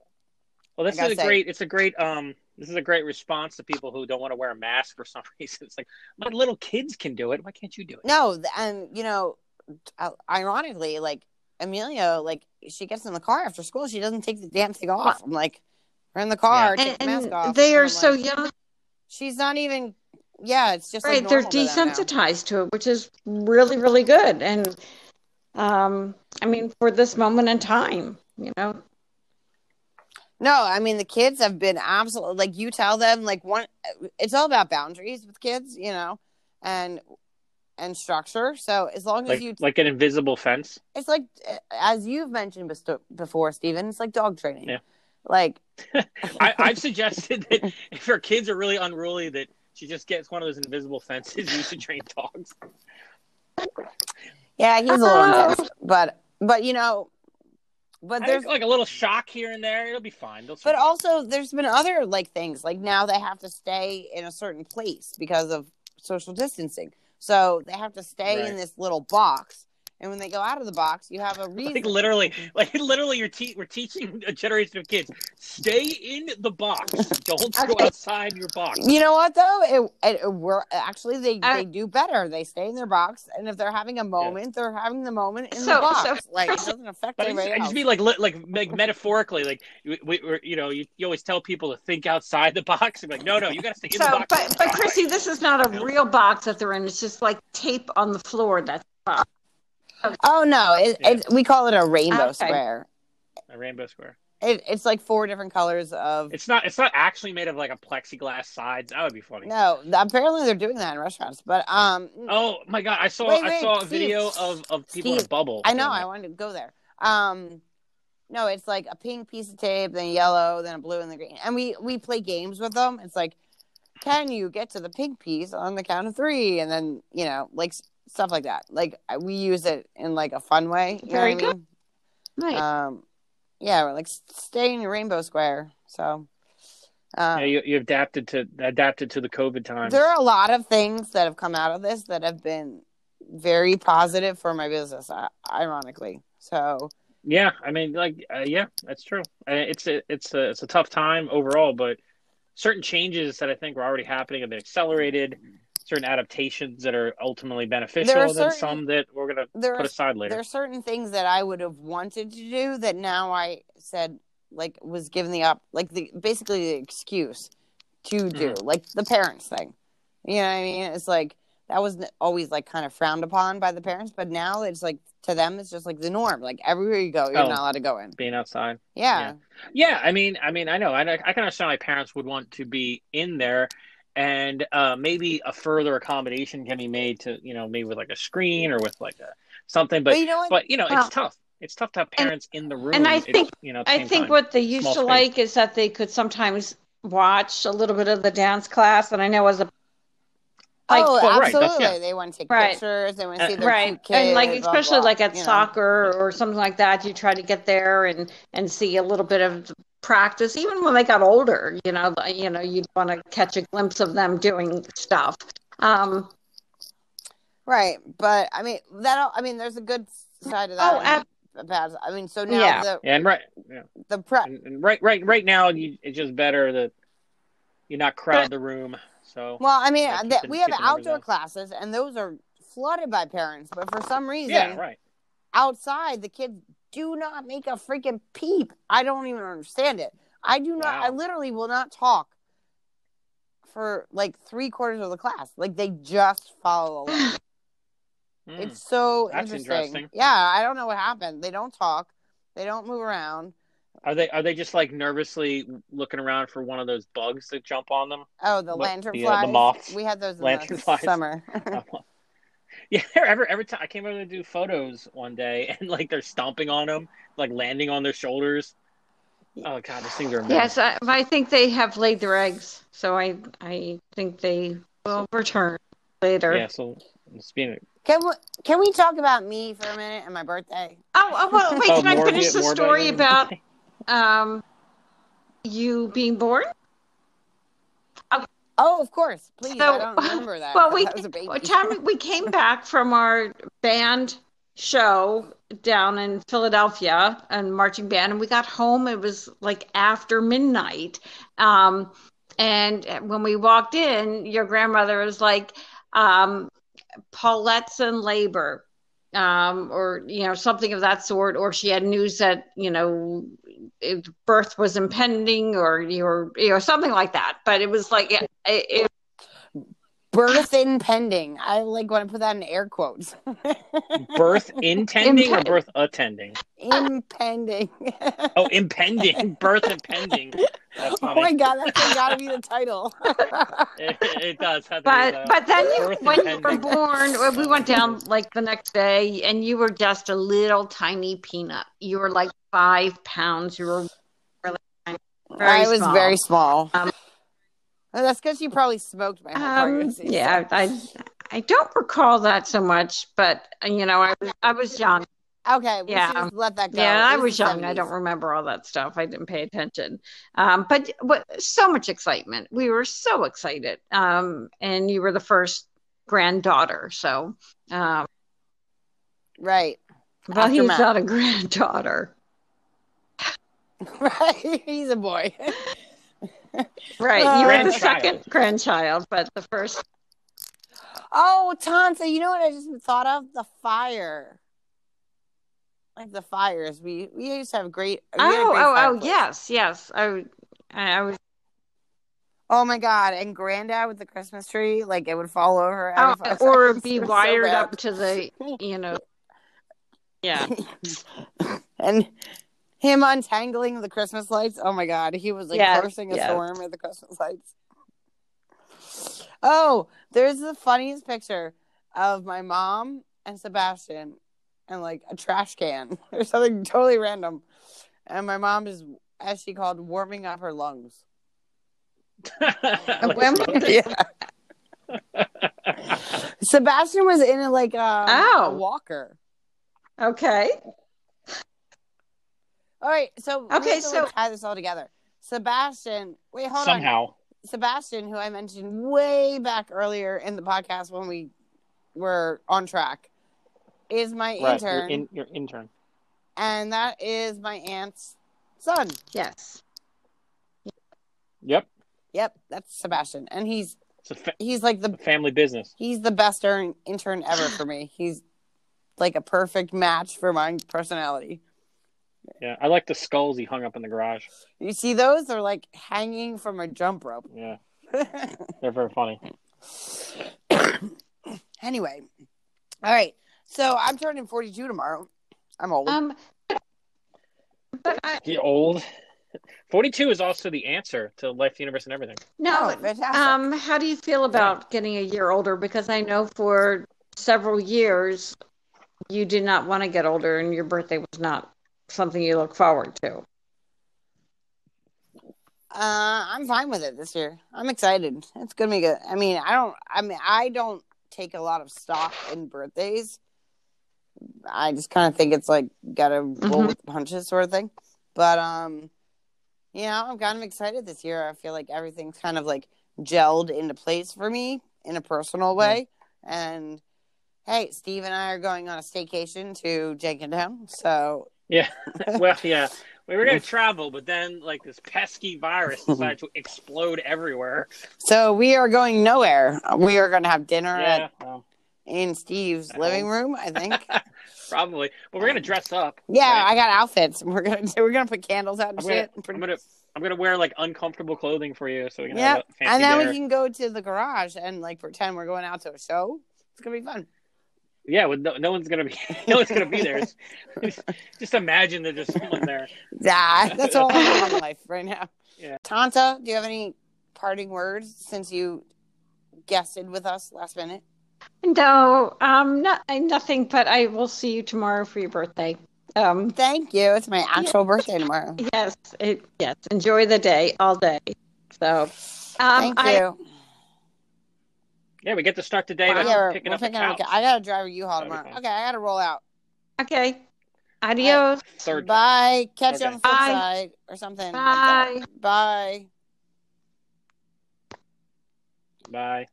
Speaker 3: well, this
Speaker 4: I
Speaker 3: is a
Speaker 4: gotta say-
Speaker 3: great. It's a great. Um, this is a great response to people who don't want to wear a mask for some reason. It's like my little kids can do it. Why can't you do it?
Speaker 4: No, th- and you know, uh, ironically, like Emilio, like she gets in the car after school, she doesn't take the damn thing off. I'm like, we're in the car,
Speaker 5: And,
Speaker 4: take the mask off.
Speaker 5: they
Speaker 4: And
Speaker 5: are
Speaker 4: I'm
Speaker 5: so
Speaker 4: like,
Speaker 5: young,
Speaker 4: She's not even. Yeah, it's just
Speaker 5: right?
Speaker 4: Like
Speaker 5: They're
Speaker 4: normal to them now.
Speaker 5: desensitized to it, which is really, really good. And um, I mean, for this moment in time, you know,
Speaker 4: No, I mean the kids have been absolutely like you tell them like one. It's all about boundaries with kids, you know, and and structure. So as long as
Speaker 3: Like
Speaker 4: you,
Speaker 3: like an invisible fence.
Speaker 4: it's like uh, as you've mentioned besto- before, Steven, It's like dog training.
Speaker 3: Yeah.
Speaker 4: Like
Speaker 3: I, I've suggested that if her kids are really unruly, that she just gets one of those invisible fences used to train dogs.
Speaker 4: yeah, he's a little intense, but but you know, but
Speaker 3: There's
Speaker 4: there's
Speaker 3: like a little shock here and there. It'll be fine. They'll
Speaker 4: but
Speaker 3: survive.
Speaker 4: also there's been other like things like now they have to stay in a certain place because of social distancing. So they have to stay
Speaker 3: Right.
Speaker 4: in this little box. And when they go out of the box, you have a reason.
Speaker 3: like literally, like literally, you're te- we're teaching a generation of kids stay in the box. Don't go
Speaker 4: Okay.
Speaker 3: outside your box.
Speaker 4: You know what though? It, it, it we're actually they,
Speaker 5: Uh,
Speaker 4: they do better. They stay in their box, and if they're having a moment, they're having the moment in the
Speaker 5: So-
Speaker 4: box.
Speaker 5: so-
Speaker 4: like it doesn't affect
Speaker 3: But I just,
Speaker 4: anybody
Speaker 3: I
Speaker 4: else.
Speaker 3: just mean like, li- like, like metaphorically, like we, we, we're, you know, you, you always tell people to think outside the box. You're like, no, no, you got to stay in the
Speaker 5: so
Speaker 3: box.
Speaker 5: but but Chrissy, this is not a real box that they're in. It's just like tape on the floor. That's
Speaker 4: oh no! It,
Speaker 3: Yeah.
Speaker 4: it, we call it a rainbow
Speaker 5: Okay.
Speaker 4: square.
Speaker 3: a rainbow square.
Speaker 4: It, it's like four different colors of.
Speaker 3: It's not. It's not actually made of like a plexiglass sides. That would be funny.
Speaker 4: No, apparently they're doing that in restaurants, but um,
Speaker 3: Oh my god! I saw
Speaker 4: Wait,
Speaker 3: I
Speaker 4: wait,
Speaker 3: saw a
Speaker 4: Steve.
Speaker 3: video of of people in a
Speaker 4: Steve,
Speaker 3: bubble. Oh
Speaker 4: I know
Speaker 3: doing
Speaker 4: I
Speaker 3: that.
Speaker 4: wanted to go there. Um, no, it's like a pink piece of tape, then yellow, then a blue, and the green. And we we play games with them. It's like, can you get to the pink piece on the count of three? And then you know, like s- stuff like that. Like I- we use it in like a fun way. You know
Speaker 5: Very
Speaker 4: what I mean?
Speaker 5: right.
Speaker 3: Uh,
Speaker 4: Um, yeah, we're like s- stay in your rainbow square. So, uh,
Speaker 3: Yeah, you, you adapted to adapted to the COVID times.
Speaker 4: there are a lot of things that have come out of this that have been very positive for my business. i- Ironically, so.
Speaker 3: Yeah, I mean, like, uh, yeah, that's true. Uh, it's a it's a it's a tough time overall, but certain changes that I think were already happening have been accelerated. Certain adaptations that are ultimately beneficial,
Speaker 4: There are
Speaker 3: and then
Speaker 4: certain-
Speaker 3: some that we're gonna
Speaker 4: There
Speaker 3: put
Speaker 4: are
Speaker 3: aside later.
Speaker 4: there are certain things that I would have wanted to do that now I said like was given the up like the basically the excuse to
Speaker 3: Mm-hmm.
Speaker 4: do like the parents thing. You know what I mean? It's like that was n- always like kind of frowned upon by the parents, but now it's like to them it's just like the norm. Like everywhere you go, you're
Speaker 3: Oh.
Speaker 4: not allowed to go in.
Speaker 3: Being outside.
Speaker 4: Yeah.
Speaker 3: Yeah, I mean, I mean, I know, I, know- I can understand why parents would want to be in there, and uh, maybe a further accommodation can be made to, you know, maybe with like a screen or with like a something,
Speaker 4: But,
Speaker 3: but
Speaker 4: you know what?
Speaker 3: but you know,
Speaker 5: Well- uh,
Speaker 3: it's tough. It's tough to have parents in the room.
Speaker 5: I
Speaker 3: at-
Speaker 5: think-
Speaker 3: you know, at the
Speaker 5: I
Speaker 3: same
Speaker 5: think
Speaker 3: time.
Speaker 5: what they used
Speaker 3: Small
Speaker 5: to
Speaker 3: space.
Speaker 5: like is that they could sometimes watch a little bit of the dance class, and I know as a like
Speaker 4: oh,
Speaker 3: well, right, that's-
Speaker 4: absolutely.
Speaker 3: yeah.
Speaker 4: They want to take
Speaker 5: Right.
Speaker 4: pictures. They want
Speaker 3: Uh,
Speaker 4: to see their
Speaker 5: right
Speaker 4: cute kids,
Speaker 5: and like
Speaker 4: blah, blah,
Speaker 5: especially like at
Speaker 4: you know.
Speaker 5: soccer or something like that you try to get there and and see a little bit of practice even when they got older you know like, you know you'd want to catch a glimpse of them doing stuff um
Speaker 4: Right, but I mean that. I mean, there's a good side of that.
Speaker 5: Oh, ab-
Speaker 4: about I mean, so now
Speaker 5: Yeah.
Speaker 4: the
Speaker 3: Yeah, and right, yeah,
Speaker 4: the prep.
Speaker 3: and, and right, right, right now, you, it's just better that you not crowd the room. So
Speaker 4: Well, I mean,
Speaker 3: Yeah, keep
Speaker 4: that-
Speaker 3: it-
Speaker 4: we have
Speaker 3: keep it under
Speaker 4: outdoor
Speaker 3: that.
Speaker 4: classes, and those are flooded by parents. But for some reason,
Speaker 3: yeah, right.
Speaker 4: outside the kids do not make a freaking peep. I don't even understand it. I do not.
Speaker 6: Wow.
Speaker 4: I literally will not talk for like three quarters of the class. Like they just follow along.
Speaker 6: Hmm.
Speaker 4: It's so
Speaker 6: That's
Speaker 4: interesting.
Speaker 6: interesting.
Speaker 4: Yeah, I don't know what happened. They don't talk. They don't move around.
Speaker 6: Are they are they just like nervously looking around for one of those bugs that jump on them?
Speaker 4: Oh, the
Speaker 6: What-
Speaker 4: lantern
Speaker 6: the, uh, the
Speaker 4: flies.
Speaker 6: moths.
Speaker 4: We had those in
Speaker 6: Lantern
Speaker 4: the
Speaker 6: flies.
Speaker 4: summer.
Speaker 6: yeah, every every time I came over to do photos one day, and like they're stomping on them, like landing on their shoulders. Oh god, those things are amazing.
Speaker 5: Yes, I, I think they have laid their eggs, so I I think they will return later.
Speaker 6: Yeah, so it's been
Speaker 4: can we can we talk about me for a minute and my birthday?
Speaker 5: Oh, oh, well, wait,
Speaker 6: Oh,
Speaker 5: can I
Speaker 6: more-
Speaker 5: finish the
Speaker 6: more about
Speaker 5: story
Speaker 6: your-
Speaker 5: about um you being born?
Speaker 4: Oh, of course. Please, I
Speaker 5: So-
Speaker 4: don't remember that.
Speaker 5: Well, we
Speaker 4: I was a baby.
Speaker 5: well, Tammy, we came back from our band show down in Philadelphia and marching band, and we got home. It was like after midnight, um, and when we walked in, your grandmother was like, um, "Paulette's in labor." Um, or you know something of that sort, or she had news that you know it, birth was impending, or or you know something like that. But it was like it, it
Speaker 4: Birth impending. I like want to put that in air quotes.
Speaker 6: birth intending or
Speaker 5: Impen-
Speaker 6: birth attending?
Speaker 4: impending.
Speaker 6: Oh, impending, birth impending. That's
Speaker 4: Oh
Speaker 6: funny.
Speaker 4: my god, that's got to be the title.
Speaker 6: it, it does. Have to be
Speaker 5: But
Speaker 6: that.
Speaker 5: but then you,
Speaker 6: Birth
Speaker 5: when you were
Speaker 6: attendant.
Speaker 5: born, when we went down like the next day, and you were just a little tiny peanut. You were like five pounds. You were really tiny. Very
Speaker 4: I was
Speaker 5: small.
Speaker 4: very small.
Speaker 5: Um,
Speaker 4: Oh, that's because you probably smoked my whole
Speaker 5: Um,
Speaker 4: pregnancy.
Speaker 5: yeah, I I don't recall that so much, but uh, you know, I was I was young.
Speaker 4: Okay, we
Speaker 5: Yeah.
Speaker 4: should just let that go.
Speaker 5: Yeah, I
Speaker 4: It
Speaker 5: was
Speaker 4: the
Speaker 5: young. I
Speaker 4: 70s.
Speaker 5: don't remember all that stuff. I didn't pay attention. Um, but what so much excitement. We were so excited. Um, and you were the first granddaughter, so um,
Speaker 4: Right,
Speaker 5: Well, he's
Speaker 4: Aftermath.
Speaker 5: not a granddaughter.
Speaker 4: right. He's a boy.
Speaker 5: Right.
Speaker 4: Uh,
Speaker 5: you were the
Speaker 6: Grandchild.
Speaker 5: second grandchild, but the first.
Speaker 4: Oh, Tonsa, you know what I just thought of? The fire. Like the fires. We we used to have great. we had a
Speaker 5: Oh,
Speaker 4: great
Speaker 5: oh, oh,
Speaker 4: fireplace.
Speaker 5: yes, yes. I, I was.
Speaker 4: Oh my god! And Granddad with the Christmas tree, like it would fall over.
Speaker 5: Oh,
Speaker 4: out of-
Speaker 5: or
Speaker 4: it
Speaker 5: be
Speaker 4: was so
Speaker 5: wired
Speaker 4: bad.
Speaker 5: up to the, you know. Yeah.
Speaker 4: and him untangling the Christmas lights. Oh my god, he was like
Speaker 5: Yes,
Speaker 4: cursing a
Speaker 5: yes.
Speaker 4: storm at the Christmas lights. Oh, there's the funniest picture of my mom and Sebastian and like a trash can or something totally random. And my mom is, as she called, warming up her lungs.
Speaker 6: Like,
Speaker 5: When-
Speaker 4: yeah. Sebastian was in a, like um, a
Speaker 5: Ow.
Speaker 4: walker.
Speaker 5: Okay.
Speaker 4: All right, so we
Speaker 5: Okay,
Speaker 4: have to,
Speaker 5: so-
Speaker 4: like, tie this all together. Sebastian, wait, hold on.
Speaker 6: somehow.
Speaker 4: Sebastian, who I mentioned way back earlier in the podcast when we were on track, is my
Speaker 6: Right, your
Speaker 4: intern,
Speaker 6: in, your intern.
Speaker 4: and that is my aunt's son.
Speaker 5: Yes.
Speaker 6: Yep,
Speaker 4: Yep, that's Sebastian, and he's
Speaker 6: it's a fa-
Speaker 4: he's like the
Speaker 6: family business.
Speaker 4: he's the best earn, intern ever for me. He's like a perfect match for my personality.
Speaker 6: Yeah, I like the skulls he hung up in the garage.
Speaker 4: You see those? They're like hanging from a jump rope.
Speaker 6: Yeah, they're very funny.
Speaker 4: anyway, all right. So I'm turning 42 tomorrow. I'm old.
Speaker 5: Um, but uh, I,
Speaker 6: The old. Forty-two is also the answer to life, the universe, and everything.
Speaker 5: no,
Speaker 4: Oh, fantastic.
Speaker 5: Um, how do you feel about getting a year older? Because I know for several years you did not want to get older, and your birthday was not something you look forward to.
Speaker 4: Uh, I'm fine with it this year. I'm excited. It's gonna be good. I mean, I don't. I mean, I don't take a lot of stock in birthdays. I just kind of think it's like gotta roll
Speaker 5: Mhm.
Speaker 4: with the punches sort of thing. But um, you know, I'm kind of excited this year. I feel like everything's kind of like gelled into place for me in a personal way. And hey, Steve and I are going on a staycation to Jenkintown, so
Speaker 6: Yeah. well, yeah. We were gonna travel, but then like this pesky virus decided to explode everywhere.
Speaker 4: so we are going nowhere. We are gonna have dinner at
Speaker 6: Yeah. well,
Speaker 4: in Steve's living room, I think.
Speaker 3: Probably, but we're gonna dress up.
Speaker 4: Yeah,
Speaker 3: right?
Speaker 4: I got outfits. We're gonna we're gonna put candles out and
Speaker 3: I'm gonna-
Speaker 4: shit.
Speaker 3: I'm gonna I'm gonna wear like uncomfortable clothing for you, so we can have
Speaker 4: Yep.
Speaker 3: a fancy
Speaker 4: And then
Speaker 3: dinner.
Speaker 4: we can go to the garage and like pretend we're going out to a show. It's gonna be fun.
Speaker 3: Yeah, with no, no one's gonna be no one's gonna be there. Just, just imagine that there's someone there.
Speaker 4: Nah, that's all I have in my life right now.
Speaker 3: Yeah.
Speaker 4: Tanta, do you have any parting words since you guested with us last minute?
Speaker 5: No, um, not, I- nothing, but I will see you tomorrow for your birthday. Um,
Speaker 4: Thank you. It's my actual birthday tomorrow.
Speaker 5: yes, it, yes, enjoy the day all day. So, um,
Speaker 4: Thank
Speaker 5: I,
Speaker 4: you.
Speaker 3: Yeah, we get to start the day by
Speaker 4: yeah, we're,
Speaker 3: picking
Speaker 4: we're
Speaker 3: up
Speaker 4: picking
Speaker 3: a
Speaker 4: up.
Speaker 3: couch.
Speaker 4: A, I gotta drive a U-Haul
Speaker 3: That'd be
Speaker 4: tomorrow.
Speaker 3: fun.
Speaker 4: Okay, I gotta roll out.
Speaker 5: okay, adios.
Speaker 3: Third couch.
Speaker 4: Bye. Catch
Speaker 3: Okay.
Speaker 4: you on the flip
Speaker 5: Bye.
Speaker 4: side or something. like that. Bye.
Speaker 3: Bye.